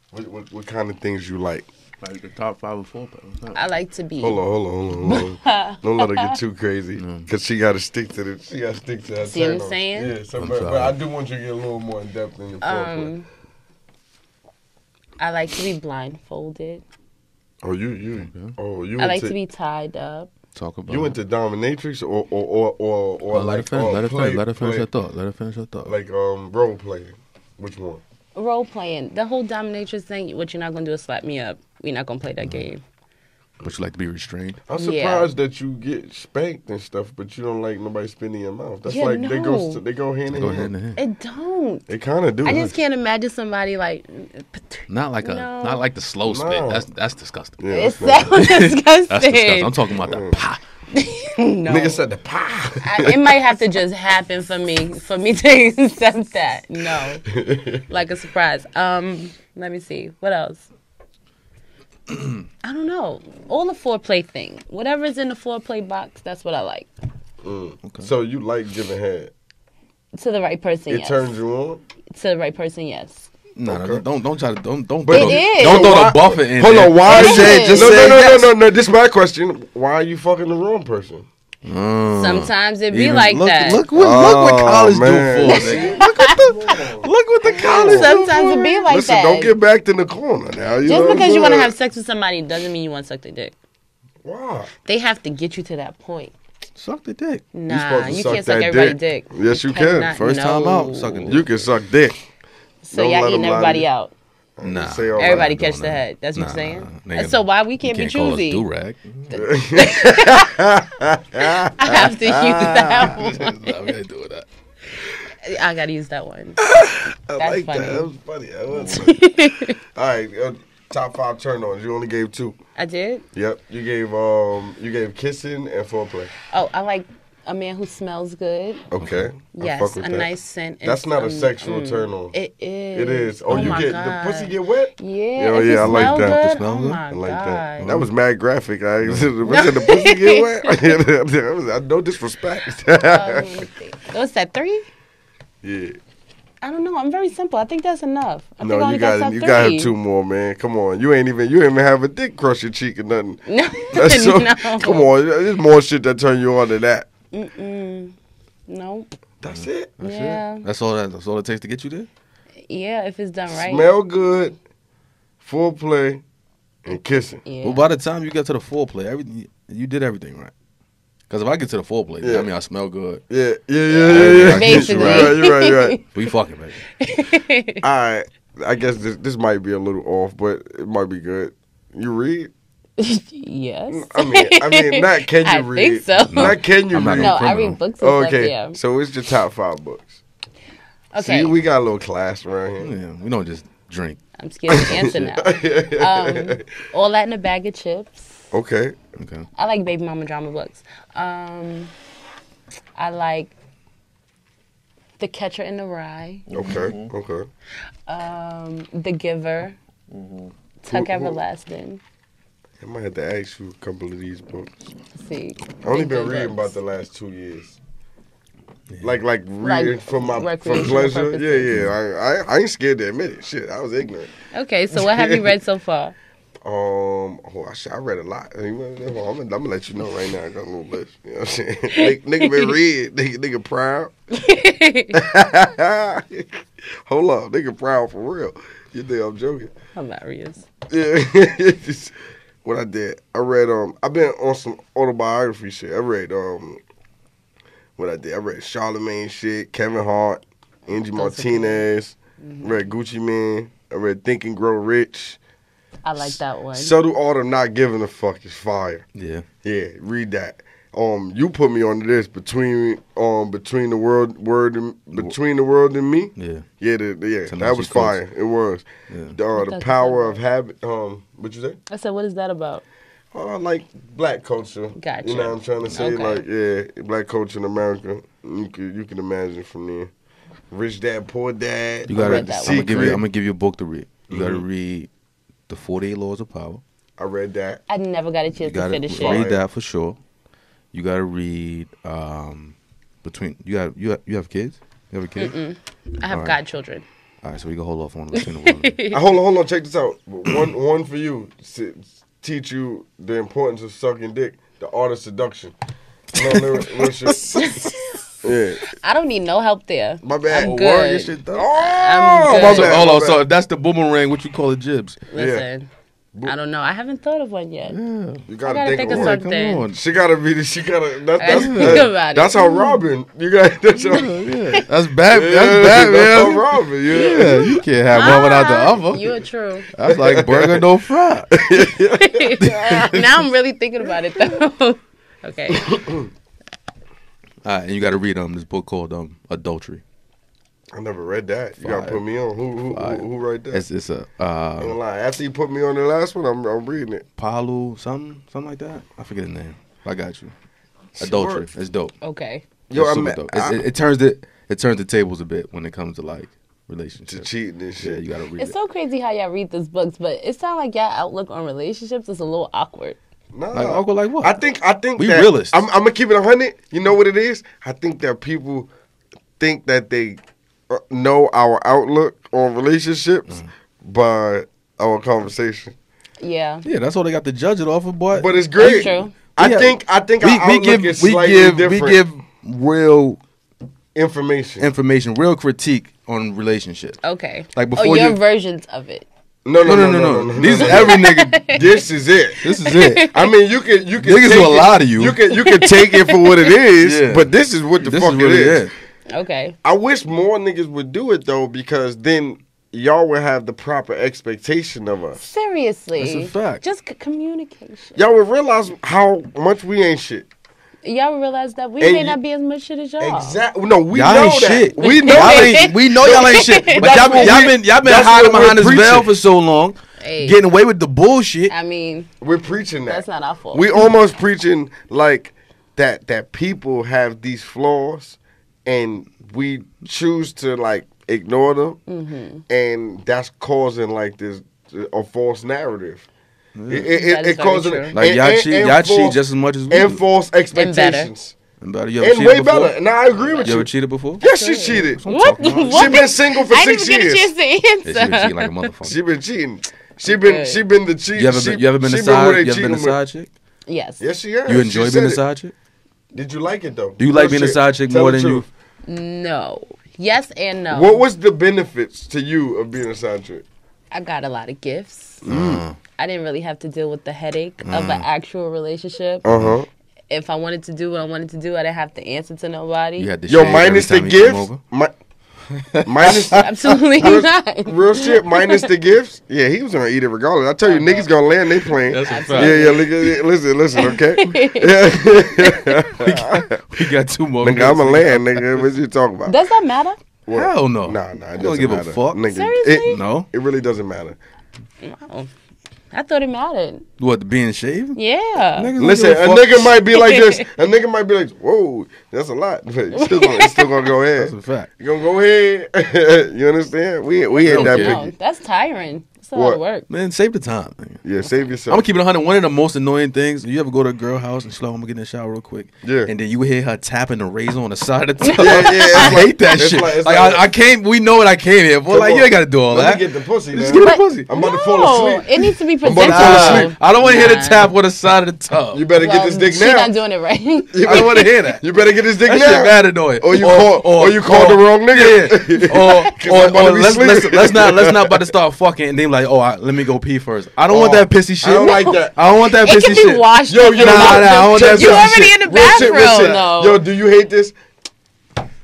Speaker 1: What, what, what kind of things you like?
Speaker 2: Like the top five and four. But
Speaker 4: I like to be.
Speaker 1: Hold on, hold on, hold on. Hold on. Don't let her get too crazy, cause she gotta stick to the. She gotta stick to that.
Speaker 4: See what I'm
Speaker 1: turn-on.
Speaker 4: saying?
Speaker 1: Yeah, so,
Speaker 2: I'm
Speaker 1: but,
Speaker 2: sorry.
Speaker 1: but I do want you to get a little more in depth in your foreplay.
Speaker 4: Um, I like to be blindfolded.
Speaker 1: oh, you, you,
Speaker 2: Okay.
Speaker 1: oh, you.
Speaker 4: I
Speaker 1: went
Speaker 4: like to be tied up.
Speaker 2: Talk about
Speaker 1: You went
Speaker 2: it.
Speaker 1: to dominatrix or or or or, or
Speaker 2: Oh, let her
Speaker 1: like
Speaker 2: finish.
Speaker 1: uh,
Speaker 2: Let her
Speaker 1: play,
Speaker 2: finish. Let her finish
Speaker 1: play-
Speaker 2: her thought. Let her finish her thought.
Speaker 1: Like um role playing. Which one?
Speaker 4: Role playing. The whole dominatrix thing, what you're not going to do is slap me up. We're not going to play that
Speaker 1: Mm-hmm.
Speaker 4: game.
Speaker 2: Would you like to be restrained?
Speaker 1: I'm
Speaker 4: Yeah.
Speaker 1: surprised that you get spanked and stuff, but you don't like nobody spinning your mouth. That's
Speaker 4: Yeah,
Speaker 1: like they go
Speaker 4: no.
Speaker 1: they go hand in
Speaker 2: Go hand
Speaker 1: hand.
Speaker 2: in hand.
Speaker 4: It don't.
Speaker 1: They kind of do.
Speaker 4: I
Speaker 1: huh?
Speaker 4: just can't imagine somebody like.
Speaker 2: Not like a,
Speaker 4: No.
Speaker 2: not like the slow spit.
Speaker 1: No.
Speaker 2: That's that's disgusting.
Speaker 1: Yeah, Mm.
Speaker 4: It
Speaker 1: that's not-
Speaker 4: sounds disgusting.
Speaker 2: That's disgusting. I'm talking about the pop.
Speaker 4: no.
Speaker 1: Nigga said the pie.
Speaker 4: I, it might have to just happen for me for me to accept that. No, like a surprise. Um, let me see what else. I don't know. All the foreplay thing, whatever's in the foreplay box, that's what I like.
Speaker 1: Mm. So you like giving head?
Speaker 4: To the right person,
Speaker 1: It
Speaker 4: yes.
Speaker 1: turns you on.
Speaker 4: to the right person, yes.
Speaker 2: No, no,
Speaker 1: Okay.
Speaker 2: don't don't try to don't don't
Speaker 1: But
Speaker 2: throw,
Speaker 4: it
Speaker 2: the-
Speaker 4: is.
Speaker 2: don't
Speaker 1: So
Speaker 2: throw
Speaker 1: why-
Speaker 2: the buffer in.
Speaker 1: Hold
Speaker 2: there.
Speaker 1: on, why
Speaker 4: It
Speaker 1: Jay
Speaker 4: is.
Speaker 1: just no,
Speaker 4: say
Speaker 1: no, no, no, no, no. This is my question. Why are you fucking the wrong person?
Speaker 2: Mm.
Speaker 4: Sometimes it be
Speaker 2: Even-
Speaker 4: like
Speaker 2: look,
Speaker 4: that.
Speaker 2: Look what look what
Speaker 1: Oh,
Speaker 2: college do
Speaker 1: man.
Speaker 2: for us. nigga. Look what the look what the college.
Speaker 4: Sometimes it be like
Speaker 1: Listen,
Speaker 4: that.
Speaker 1: don't get backed in the corner now. You know
Speaker 4: just
Speaker 1: what I'm
Speaker 4: because you want to
Speaker 1: saying?
Speaker 4: have sex with somebody doesn't mean you want to suck their dick.
Speaker 1: Why?
Speaker 4: They have to get you to that point.
Speaker 7: Suck the dick.
Speaker 4: Nah, you,
Speaker 1: suck
Speaker 4: can't suck
Speaker 1: that
Speaker 4: everybody's
Speaker 1: dick.
Speaker 4: dick.
Speaker 1: Yes, you can.
Speaker 4: cannot-
Speaker 1: First
Speaker 7: time out,
Speaker 4: no.
Speaker 7: sucking dick.
Speaker 1: You can suck dick.
Speaker 4: So
Speaker 1: Don't
Speaker 4: y'all
Speaker 1: let 'em
Speaker 4: eating
Speaker 1: lie to
Speaker 4: everybody
Speaker 1: you.
Speaker 4: out.
Speaker 2: Nah,
Speaker 1: Say all
Speaker 4: Everybody
Speaker 1: that.
Speaker 2: doing
Speaker 4: catch the
Speaker 2: that.
Speaker 4: head. That's what
Speaker 2: Nah,
Speaker 4: you're saying.
Speaker 2: nigga,
Speaker 4: And so why we can't,
Speaker 2: can't
Speaker 4: be
Speaker 2: call us
Speaker 4: choosy?
Speaker 2: durag.
Speaker 4: I have to use that one.
Speaker 2: Nah, we ain't doing that.
Speaker 4: I gotta use that one.
Speaker 1: I
Speaker 4: That's
Speaker 1: like that.
Speaker 4: funny.
Speaker 1: That was funny. That was funny. all right, uh, top five turn ons. You only gave two.
Speaker 4: I did.
Speaker 1: Yep, you gave um, you gave kissing and foreplay.
Speaker 4: Oh, I like a man who smells good.
Speaker 1: Okay. I fuck
Speaker 4: Yes,
Speaker 1: with
Speaker 4: a
Speaker 1: that.
Speaker 4: nice scent. is,
Speaker 1: That's not a
Speaker 4: um,
Speaker 1: sexual
Speaker 4: mm,
Speaker 1: turn on.
Speaker 4: It is.
Speaker 1: It is. Oh, you
Speaker 4: my
Speaker 1: get
Speaker 4: God.
Speaker 1: the pussy get wet.
Speaker 4: Yeah.
Speaker 1: Oh,
Speaker 4: if it
Speaker 1: yeah, I like
Speaker 4: smell
Speaker 1: that.
Speaker 4: Good,
Speaker 1: If it
Speaker 4: oh
Speaker 7: smell good,
Speaker 4: my
Speaker 1: I like
Speaker 4: God.
Speaker 1: that. That was mad graphic. I the pussy get wet. That was- I- no disrespect.
Speaker 4: Um, what's that? Three?
Speaker 1: yeah.
Speaker 4: I don't know. I'm very simple. I think that's enough. I think I
Speaker 1: No,
Speaker 4: only
Speaker 1: you got
Speaker 4: top
Speaker 1: you got
Speaker 4: three.
Speaker 1: have two more, man. Come on, you ain't even you ain't even have a dick cross your cheek or nothing.
Speaker 4: No,
Speaker 1: That's so,
Speaker 4: no.
Speaker 1: Come on, there's more shit that turn you on than that.
Speaker 4: Mm-mm. Nope.
Speaker 1: That's it.
Speaker 4: yeah.
Speaker 2: That's all that, that's all it takes to get you there.
Speaker 4: Yeah, if it's done right.
Speaker 1: Smell good, foreplay, and kissing.
Speaker 4: yeah.
Speaker 2: Well, by the time you get to the foreplay, everything you did everything right. Because if I get to the foreplay,
Speaker 1: Yeah.
Speaker 2: I mean I smell good.
Speaker 1: Yeah, yeah, yeah, yeah, yeah. yeah.
Speaker 4: Basically.
Speaker 1: You're right, you're right, you're right.
Speaker 2: We fucking baby.
Speaker 1: All right, I guess this this might be a little off, but it might be good. You read?
Speaker 4: yes.
Speaker 1: I mean, I mean, not can you
Speaker 4: I
Speaker 1: read?
Speaker 4: think so.
Speaker 1: Not can you
Speaker 2: I'm not
Speaker 1: read?
Speaker 2: gonna
Speaker 4: no, I
Speaker 2: criminal.
Speaker 4: read books. And
Speaker 1: Oh,
Speaker 4: stuff,
Speaker 1: okay,
Speaker 4: yeah.
Speaker 1: so it's your top five books.
Speaker 4: Okay.
Speaker 1: See, we got a little class around
Speaker 2: Yeah, we don't just drink.
Speaker 4: I'm scared to answer now.
Speaker 1: here.
Speaker 4: Um, all that in a bag of chips.
Speaker 1: okay,
Speaker 2: Okay.
Speaker 4: I like baby mama drama books. Um, I like The Catcher in the Rye,
Speaker 1: okay, okay.
Speaker 4: um, The Giver,
Speaker 1: Mm-hmm.
Speaker 4: Tuck Everlasting.
Speaker 1: I might have to ask you a couple of these books.
Speaker 4: See,
Speaker 1: I only
Speaker 4: think
Speaker 1: been
Speaker 4: they're
Speaker 1: reading about
Speaker 4: books.
Speaker 1: the last two years. Like like
Speaker 4: Like
Speaker 1: reading for my for
Speaker 4: recreational
Speaker 1: pleasure.
Speaker 4: purposes.
Speaker 1: Yeah, yeah. I, I I ain't scared to admit it. Shit, I was ignorant.
Speaker 4: Okay, so what have you read so far?
Speaker 1: Um, oh, I, shit, I read a lot. I mean, I'm, gonna, I'm gonna let you know right now. I got a little list. You know what I'm saying? nigga, nigga been read. Nigga, nigga proud. Hold up, nigga proud for real. You think I'm joking?
Speaker 4: Hilarious.
Speaker 1: Yeah. Just what I did. I read um I've been on some autobiography shit. I read um what I did. I read Charlemagne shit, Kevin Hart, Angie
Speaker 4: Those are good. Mm-hmm.
Speaker 1: Martinez, read Gucci Man, I read Think and Grow Rich.
Speaker 4: I like that one.
Speaker 1: Subtle Art of Not Giving a Fuck is fire.
Speaker 2: Yeah.
Speaker 1: Yeah, read that. Um, you put me on this between um between the world word and, between the world and me.
Speaker 2: Yeah.
Speaker 1: Yeah, the, the- yeah,
Speaker 2: Tanashi
Speaker 1: that was
Speaker 2: Coates.
Speaker 1: fire. It was
Speaker 2: Yeah.
Speaker 1: the, uh, the
Speaker 4: That's
Speaker 1: power of
Speaker 4: good.
Speaker 1: habit. Um, what you say?
Speaker 4: I said, what is that about?
Speaker 1: Uh, like black culture.
Speaker 4: Gotcha.
Speaker 1: You know what I'm trying to say?
Speaker 4: Okay.
Speaker 1: Like, yeah, black culture in America. You can, you can imagine from there. Rich dad, poor dad.
Speaker 2: You gotta.
Speaker 4: read
Speaker 2: I'm
Speaker 4: that
Speaker 2: gonna
Speaker 4: one.
Speaker 2: give you. I'm
Speaker 1: Secret.
Speaker 2: gonna give you a book to read. You gotta
Speaker 8: Mm-hmm.
Speaker 2: read the 48 Laws of Power.
Speaker 1: I read that.
Speaker 4: I never got a
Speaker 2: You
Speaker 4: chance to
Speaker 2: gotta
Speaker 4: finish
Speaker 1: Fire.
Speaker 4: it.
Speaker 2: read that for sure. You gotta read um between you got you have, you have kids. You have a kid.
Speaker 4: I have
Speaker 2: Alright.
Speaker 4: godchildren.
Speaker 2: All right, so we can hold off on between the world.
Speaker 1: Uh, hold on, hold on. Check this out. One, one for you. Si- teach you the importance of sucking dick, the art of seduction. No, lyric- real shit. yeah,
Speaker 4: I don't need no help there.
Speaker 1: my bad.
Speaker 4: I'm
Speaker 1: Oh,
Speaker 4: good.
Speaker 1: word, your shit done.
Speaker 4: I'm
Speaker 1: Oh,
Speaker 4: good.
Speaker 1: my
Speaker 8: So,
Speaker 1: bad,
Speaker 8: hold
Speaker 1: my
Speaker 8: on.
Speaker 1: bad.
Speaker 8: So that's the boomerang. What you call it, jibs?
Speaker 4: Listen, I don't know. I haven't thought of one yet.
Speaker 8: Yeah.
Speaker 1: you
Speaker 4: I
Speaker 1: gotta,
Speaker 4: gotta
Speaker 1: think,
Speaker 4: think
Speaker 1: of
Speaker 4: of
Speaker 1: one.
Speaker 4: Mm, something.
Speaker 8: Come on.
Speaker 1: She gotta be. the- She gotta. That,
Speaker 4: I
Speaker 1: that's
Speaker 4: think
Speaker 1: that-
Speaker 4: about it.
Speaker 1: That's how Robin. You got. That's how.
Speaker 8: Yeah, yeah. That's bad.
Speaker 1: Yeah,
Speaker 8: That's bad,
Speaker 1: that's
Speaker 8: man.
Speaker 1: how Robin.
Speaker 8: Yeah,
Speaker 1: Yeah.
Speaker 8: you can't have one without the
Speaker 4: Ah, You
Speaker 8: other.
Speaker 4: are true.
Speaker 8: That's like burger no fry.
Speaker 4: now I'm really thinking about it though. okay.
Speaker 2: All right, and you gotta read um this book called um Adultery.
Speaker 1: I never read that. You gotta
Speaker 2: Fire.
Speaker 1: put me on. Who who who, who right there?
Speaker 8: It's it's a
Speaker 1: I
Speaker 8: uh,
Speaker 1: ain't gonna lie. After you put me on the last one, I'm I'm reading it.
Speaker 2: Palu something something like that. I forget the name. I got you. Adultery. It's dope.
Speaker 4: Okay.
Speaker 1: Yo,
Speaker 2: it's
Speaker 1: I'm
Speaker 2: super
Speaker 1: at-
Speaker 2: dope.
Speaker 1: I-
Speaker 2: It's- it, it turns the it turns the tables a bit when it comes to like
Speaker 1: To
Speaker 2: relationships.
Speaker 1: cheating and
Speaker 2: Yeah,
Speaker 1: shit.
Speaker 2: you gotta read
Speaker 4: It's
Speaker 2: it.
Speaker 4: so crazy how y'all read these books, but it sounds like y'all outlook on relationships is a little awkward.
Speaker 1: Nah.
Speaker 2: Like, awkward like what?
Speaker 1: I think I think
Speaker 2: We
Speaker 1: that,
Speaker 2: realists.
Speaker 1: I'm, I'm gonna keep it hundred. You know what it is? I think that people think that they uh, know our outlook on relationships
Speaker 2: Mm.
Speaker 1: by our conversation,
Speaker 4: Yeah.
Speaker 2: yeah, that's all they got to judge it off of, boy.
Speaker 1: but it's great.
Speaker 4: true.
Speaker 1: I
Speaker 2: Yeah.
Speaker 1: think I think
Speaker 2: we,
Speaker 1: our
Speaker 2: we
Speaker 1: outlook
Speaker 2: give
Speaker 1: is
Speaker 2: we
Speaker 1: slightly
Speaker 2: give
Speaker 1: different.
Speaker 2: we give real
Speaker 1: information.
Speaker 2: information, real critique on relationships.
Speaker 4: Okay.
Speaker 2: Like
Speaker 4: Oh,
Speaker 2: before
Speaker 4: your
Speaker 2: you,
Speaker 4: versions of it.
Speaker 1: no,
Speaker 2: no, no, no, no, These are every nigga.
Speaker 1: this is it.
Speaker 2: This is it.
Speaker 1: I mean, you can you can
Speaker 2: Niggas
Speaker 1: take
Speaker 2: will
Speaker 1: it-
Speaker 2: lie to you.
Speaker 1: You can you can take it for what it is,
Speaker 2: Yeah.
Speaker 1: but this is what the
Speaker 2: This
Speaker 1: fuck
Speaker 2: is really
Speaker 1: it is.
Speaker 2: it.
Speaker 4: Okay.
Speaker 1: I wish more niggas would do it though, because then y'all would have the proper expectation of us.
Speaker 4: Seriously.
Speaker 2: That's a fact.
Speaker 4: Just c- communication.
Speaker 1: Y'all would realize how much we ain't shit.
Speaker 4: Y'all realize that we
Speaker 1: And
Speaker 4: may
Speaker 1: you-
Speaker 4: not be as much shit as y'all.
Speaker 1: Exactly. No, we
Speaker 2: y'all
Speaker 1: know
Speaker 2: ain't
Speaker 1: that.
Speaker 2: shit.
Speaker 1: We know
Speaker 2: y'all
Speaker 1: that.
Speaker 2: ain't, we know y'all ain't shit. But
Speaker 1: That's
Speaker 2: y'all,
Speaker 1: what
Speaker 2: been- y'all
Speaker 1: we-
Speaker 2: been y'all been
Speaker 1: that's
Speaker 2: hiding
Speaker 1: what
Speaker 2: behind
Speaker 1: we're
Speaker 2: this veil
Speaker 1: preaching.
Speaker 2: for so long,
Speaker 4: Hey.
Speaker 2: getting away with the bullshit.
Speaker 4: I mean,
Speaker 1: We're preaching that.
Speaker 4: That's not our fault.
Speaker 1: We almost preaching like that that people have these flaws, and we choose to like ignore them,
Speaker 4: Mm-hmm.
Speaker 1: and that's causing like this a false narrative. It, it,
Speaker 4: That
Speaker 1: it,
Speaker 4: is
Speaker 1: it
Speaker 4: very
Speaker 1: causes
Speaker 4: true.
Speaker 2: Like y'all
Speaker 1: and-
Speaker 2: cheat,
Speaker 1: and
Speaker 2: y'all
Speaker 1: false-
Speaker 2: cheat just as much as we
Speaker 1: and
Speaker 2: do.
Speaker 1: false expectations.
Speaker 2: And better, you ever
Speaker 1: And,
Speaker 2: cheated
Speaker 1: way
Speaker 2: before?
Speaker 1: better. And I agree with
Speaker 2: You
Speaker 1: you.
Speaker 2: ever cheated before?
Speaker 1: Yes, she cheated.
Speaker 4: what?
Speaker 1: She
Speaker 4: what?
Speaker 1: been single for
Speaker 4: I didn't
Speaker 1: six
Speaker 4: even get a
Speaker 1: years.
Speaker 4: chance to
Speaker 2: Yeah,
Speaker 4: answer.
Speaker 2: she been cheating like a motherfucker.
Speaker 1: She been cheating. She been
Speaker 4: Okay.
Speaker 1: she been the cheat.
Speaker 2: you ever
Speaker 1: she-
Speaker 2: been, you ever been
Speaker 1: she
Speaker 2: a
Speaker 1: who
Speaker 2: side?
Speaker 1: they
Speaker 2: You ever been a
Speaker 1: cheating with.
Speaker 2: side chick?
Speaker 4: yes.
Speaker 1: Yes, she has.
Speaker 2: You enjoy
Speaker 1: She
Speaker 2: being a
Speaker 1: said it.
Speaker 2: side chick?
Speaker 1: Did you like it though?
Speaker 2: Do you like being a side chick
Speaker 1: Tell
Speaker 2: more
Speaker 1: the
Speaker 2: than you-
Speaker 1: truth.
Speaker 4: No. Yes and no.
Speaker 1: What was the benefits to you of being a side chick?
Speaker 4: I got a lot of gifts.
Speaker 1: Mm.
Speaker 4: I didn't really have to deal with the headache of an actual relationship.
Speaker 1: Uh huh.
Speaker 4: If I wanted to do what I wanted to do, I didn't have to answer to nobody.
Speaker 2: You had to
Speaker 1: Yo,
Speaker 2: shave
Speaker 1: minus the
Speaker 2: every time you came
Speaker 1: gifts.
Speaker 2: over?
Speaker 1: mi- Minus
Speaker 4: Absolutely
Speaker 1: real,
Speaker 4: not.
Speaker 1: real shit. Minus the gifts. Yeah, he was gonna eat it regardless. I tell you, niggas gonna land. They playing.
Speaker 9: That's a fact.
Speaker 1: yeah, yeah. nigga, Listen, listen. Okay. Yeah.
Speaker 9: We got two more.
Speaker 1: nigga, I'm a land, nigga. What you talking about?
Speaker 4: Does that matter?
Speaker 1: What?
Speaker 9: Hell no.
Speaker 1: Nah, nah. It
Speaker 2: don't
Speaker 1: doesn't
Speaker 2: give a
Speaker 1: matter.
Speaker 2: fuck.
Speaker 1: Nigga,
Speaker 4: Seriously?
Speaker 1: It,
Speaker 2: No.
Speaker 1: it really doesn't matter.
Speaker 4: Wow. I thought it mattered.
Speaker 2: What, being shaved?
Speaker 4: Yeah.
Speaker 2: Niggas don't
Speaker 1: Listen,
Speaker 2: give
Speaker 1: a
Speaker 2: fuck.
Speaker 1: nigga might be like this. A nigga might be like, "Whoa, that's a lot," but it's still gonna, it's still gonna go
Speaker 2: That's a
Speaker 1: ahead.
Speaker 2: fact.
Speaker 1: You gonna go ahead? you understand? We we ain't that
Speaker 9: Okay.
Speaker 4: No,
Speaker 1: picky.
Speaker 4: that's tiring. That's a lot
Speaker 1: What?
Speaker 4: of work.
Speaker 2: Man, save the time. nigga.
Speaker 1: Yeah, save
Speaker 2: I'm gonna
Speaker 1: yourself.
Speaker 2: keep it 100. One of the most annoying things you ever go to a girl house and she's like, "I'm gonna get in the shower real quick."
Speaker 1: Yeah.
Speaker 2: And then you hear her tapping the razor on the side of the tub.
Speaker 1: Yeah, yeah, it's
Speaker 2: I
Speaker 1: like-
Speaker 2: hate that
Speaker 1: it's
Speaker 2: shit.
Speaker 1: like-
Speaker 2: Like,
Speaker 1: it's like-
Speaker 2: I, I came. We know what I came here for.
Speaker 1: Come
Speaker 2: Like
Speaker 1: on.
Speaker 2: you ain't gotta do all
Speaker 1: Let
Speaker 2: that.
Speaker 1: me get the pussy.
Speaker 2: Just
Speaker 1: man.
Speaker 2: give me the pussy.
Speaker 1: I'm about to fall
Speaker 4: No,
Speaker 1: asleep.
Speaker 4: it needs to be
Speaker 1: about to fall
Speaker 4: presentable.
Speaker 1: asleep.
Speaker 2: I don't want to hear the
Speaker 4: Nah.
Speaker 2: tap on the side of the tub.
Speaker 1: You better
Speaker 4: Well,
Speaker 1: get this dick
Speaker 4: she's
Speaker 1: now.
Speaker 4: not doing it right.
Speaker 1: You
Speaker 2: I don't
Speaker 1: better-
Speaker 2: want to hear that.
Speaker 1: You better get this dick
Speaker 2: That
Speaker 1: now.
Speaker 2: shit mad annoying.
Speaker 1: Or you called- or you called the wrong nigga.
Speaker 2: Yeah. Or,
Speaker 1: 'Cause
Speaker 2: or,
Speaker 1: I'm about to
Speaker 2: or
Speaker 1: be
Speaker 2: let's, let's,
Speaker 1: sleeping.
Speaker 2: let's not let's not about to start fucking and then like oh I, let me go pee first. I don't want
Speaker 1: Oh,
Speaker 2: that pissy shit.
Speaker 1: I don't like that.
Speaker 2: I don't want that
Speaker 4: It
Speaker 2: pissy
Speaker 4: can be
Speaker 2: shit.
Speaker 4: washed.
Speaker 1: Yo,
Speaker 4: up
Speaker 1: you
Speaker 4: in
Speaker 2: Nah,
Speaker 4: the
Speaker 2: nah,
Speaker 4: bathroom.
Speaker 2: I don't
Speaker 1: That's
Speaker 2: want
Speaker 4: You
Speaker 1: some
Speaker 2: that
Speaker 4: already
Speaker 1: shit.
Speaker 4: in the
Speaker 1: Real shit, real
Speaker 4: bathroom,
Speaker 1: shit.
Speaker 4: though.
Speaker 1: Yo, do you hate this?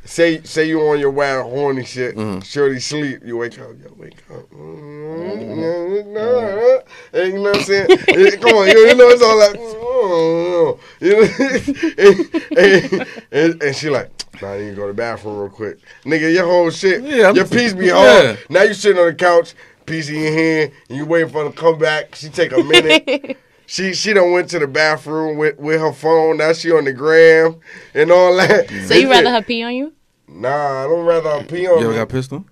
Speaker 1: Say say you on your wild horny shit.
Speaker 2: Mm-hmm.
Speaker 1: Shorty sleep. You wake up. Yo, wake up. Mm-hmm.
Speaker 2: Mm-hmm.
Speaker 1: mm And you know what I'm saying? Eh, Come on, you, you know it's all like. mm-hmm. mm, You know? and, and, and, and she like. Nah, you can go to the bathroom real quick. Nigga, your whole shit,
Speaker 2: Yeah, I'm-
Speaker 1: your piece be
Speaker 2: yeah.
Speaker 1: hard. Now you sitting on the couch, piece in your hand, and you waiting for her to come back. She take a minute. she she done went to the bathroom with, with her phone. Now she on the gram and all that.
Speaker 4: So you rather her pee on you?
Speaker 1: Nah, I don't rather her pee on
Speaker 2: You ever
Speaker 1: me.
Speaker 2: got pissed on?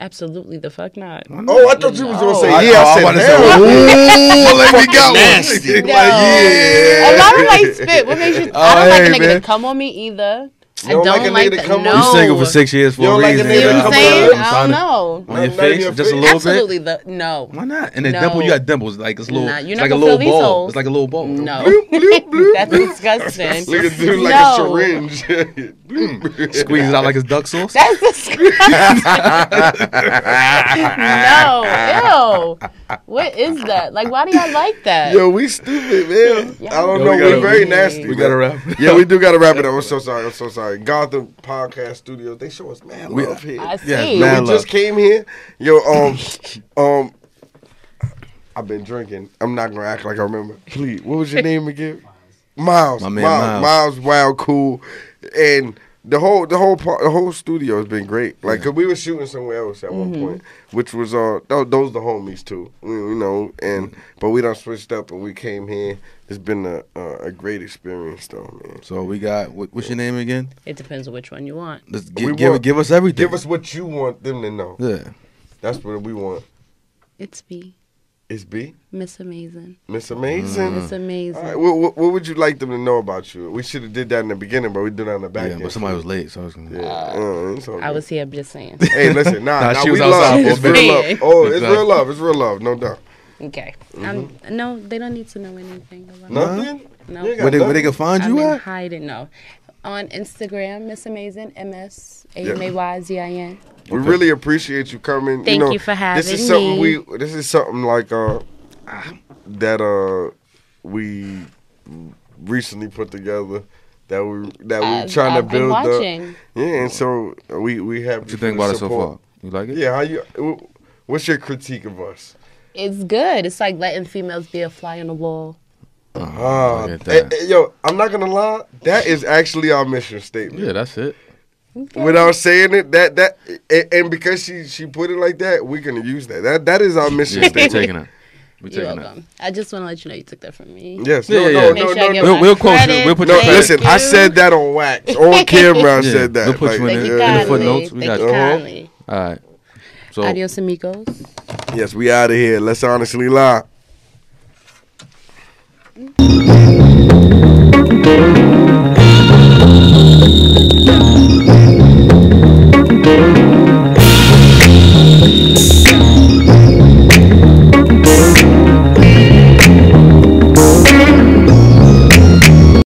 Speaker 4: Absolutely the fuck not.
Speaker 1: Oh, I thought you was gonna
Speaker 4: No.
Speaker 1: say
Speaker 2: I-
Speaker 1: yeah. I,
Speaker 2: oh, I
Speaker 1: said
Speaker 2: wanna say,
Speaker 1: hell.
Speaker 2: Ooh, let me go.
Speaker 9: Nasty.
Speaker 2: Like,
Speaker 4: No.
Speaker 2: yeah.
Speaker 4: A lot of like spit. What makes you? I
Speaker 2: Oh,
Speaker 4: don't like
Speaker 2: hey,
Speaker 4: a nigga
Speaker 2: man.
Speaker 4: to come on me either. I
Speaker 1: You don't
Speaker 4: don't
Speaker 1: like a nigga
Speaker 4: like
Speaker 1: to
Speaker 4: that.
Speaker 1: come on
Speaker 4: no.
Speaker 1: you?
Speaker 2: You single for six years for
Speaker 1: You
Speaker 2: a
Speaker 1: don't like a
Speaker 2: reason.
Speaker 1: nigga
Speaker 4: You know
Speaker 1: to
Speaker 2: nigga.
Speaker 4: what
Speaker 1: come on you?
Speaker 4: I'm saying? I don't know.
Speaker 2: On your
Speaker 1: Not even
Speaker 2: face,
Speaker 1: your
Speaker 2: just a
Speaker 1: face.
Speaker 2: little
Speaker 4: Absolutely the no.
Speaker 2: bit. Why not? And a
Speaker 4: No.
Speaker 2: dimple, you got dimples. Like it's little.
Speaker 4: Nah, you're
Speaker 2: it's
Speaker 4: not
Speaker 2: like a
Speaker 4: gonna
Speaker 2: little
Speaker 4: fill these
Speaker 2: ball.
Speaker 4: holes.
Speaker 2: It's like a little ball.
Speaker 4: No.
Speaker 1: Bloop, bloop.
Speaker 4: That's disgusting.
Speaker 1: Look at dude like
Speaker 4: No.
Speaker 1: a syringe. Bloop.
Speaker 2: Mm. Squeeze it out like it's duck sauce.
Speaker 4: That's disgusting. no, ew. What is that? Like, why do y'all like that?
Speaker 1: Yo, we stupid, man. I don't
Speaker 2: Yo, we
Speaker 1: know. We,
Speaker 2: gotta-
Speaker 1: very nasty.
Speaker 2: we gotta
Speaker 1: man.
Speaker 2: wrap it
Speaker 1: Yeah,
Speaker 2: up.
Speaker 1: we do gotta wrap it up. I'm so sorry. I'm so sorry. Gotham Podcast Studios. They show us mad
Speaker 2: We-
Speaker 1: love here.
Speaker 4: I see.
Speaker 2: Yeah,
Speaker 1: Yo,
Speaker 2: mad
Speaker 1: we
Speaker 2: love.
Speaker 1: just came here. Yo, um, um, I've been drinking. I'm not gonna act like I remember. Please, what was your name again? Miles.
Speaker 2: My man
Speaker 1: Miles. Miles.
Speaker 2: Miles.
Speaker 1: Wild Cool, and the whole the whole part, the whole studio has been great. Like, 'cause we were shooting somewhere else at one point, which was uh tho- those the homies too, you you know. And
Speaker 2: Mm-hmm.
Speaker 1: but we done switched up and we came here. It's been a a, a great experience though, man.
Speaker 2: So we got what, what's your name again?
Speaker 4: It depends on which one you want.
Speaker 2: Let's
Speaker 1: We
Speaker 2: give give,
Speaker 1: want-
Speaker 2: give us everything.
Speaker 1: Give us what you want them to know.
Speaker 2: yeah.
Speaker 1: That's what we want.
Speaker 4: It's me,
Speaker 1: It's B.
Speaker 4: Miss Amazing.
Speaker 1: Miss Amazing.
Speaker 2: Mm-hmm.
Speaker 4: Miss Amazing.
Speaker 1: Mm. All right, what, what, what would you like them to know about you? We should have did that in the beginning, but we did that in the back.
Speaker 2: Yeah,
Speaker 1: end.
Speaker 2: but somebody was late, so I was gonna.
Speaker 1: Yeah, uh, it's okay.
Speaker 4: I was here. I'm just saying.
Speaker 1: Hey, listen, nah, nah,
Speaker 2: Nah, she
Speaker 1: we
Speaker 2: was
Speaker 1: love.
Speaker 2: outside
Speaker 1: It's
Speaker 4: for a
Speaker 1: real love.
Speaker 4: minute.
Speaker 1: Oh, it's
Speaker 2: Exactly.
Speaker 1: real love. It's real love, no doubt.
Speaker 4: Okay. Um, no, they don't need to know anything about me.
Speaker 1: Nothing.
Speaker 4: No.
Speaker 1: You ain't got
Speaker 2: Where they, where they
Speaker 1: nothing?
Speaker 2: can find
Speaker 4: I'm
Speaker 2: you
Speaker 4: in
Speaker 2: at?
Speaker 4: hiding. No. On Instagram, Miss Amazing, M S A M A Y Z I N.
Speaker 1: We really appreciate you coming.
Speaker 4: Thank
Speaker 1: you, know,
Speaker 4: you for
Speaker 1: This
Speaker 4: having
Speaker 1: is something
Speaker 4: me.
Speaker 1: we. This is something like uh that uh we recently put together that we that we
Speaker 4: I've-
Speaker 1: trying
Speaker 4: I've
Speaker 1: to
Speaker 4: been
Speaker 1: build up.
Speaker 4: watching.
Speaker 1: Yeah, and so we we have.
Speaker 2: What you think about it so far? You like it?
Speaker 1: Yeah, how you? wh- What's your critique of us?
Speaker 4: It's good. It's like letting females be a fly on the wall.
Speaker 1: Ah,
Speaker 2: Look at
Speaker 1: eh,
Speaker 2: Oh, that.
Speaker 1: eh, yo, I'm not gonna lie. That is actually our mission statement.
Speaker 9: Yeah, that's it.
Speaker 1: Without saying it, that that and, and because she she put it like that, we're gonna use that. That that is our mission
Speaker 9: Yeah, we
Speaker 1: statement.
Speaker 9: taking it. We
Speaker 4: You're
Speaker 9: taking it.
Speaker 4: welcome. I just want to let you know you took that from me.
Speaker 1: Yes.
Speaker 2: Yeah,
Speaker 1: No,
Speaker 2: yeah,
Speaker 1: no,
Speaker 2: yeah.
Speaker 4: Make
Speaker 1: no,
Speaker 4: sure I
Speaker 1: no,
Speaker 4: get
Speaker 1: no.
Speaker 2: We'll-
Speaker 4: my
Speaker 2: we'll quote you.
Speaker 4: credit.
Speaker 2: We'll put
Speaker 1: No,
Speaker 2: your credit.
Speaker 1: listen, I said that on wax. On camera, I
Speaker 4: Yeah,
Speaker 1: said that.
Speaker 2: we'll put you
Speaker 1: Like,
Speaker 2: in
Speaker 4: Thank
Speaker 2: the-
Speaker 4: you
Speaker 2: in the
Speaker 4: kindly.
Speaker 2: footnotes. We
Speaker 4: Thank
Speaker 2: got
Speaker 4: you
Speaker 2: you.
Speaker 4: kindly.
Speaker 2: All right. So
Speaker 4: Adios, amigos.
Speaker 1: Yes, we out of here. Let's honestly lie.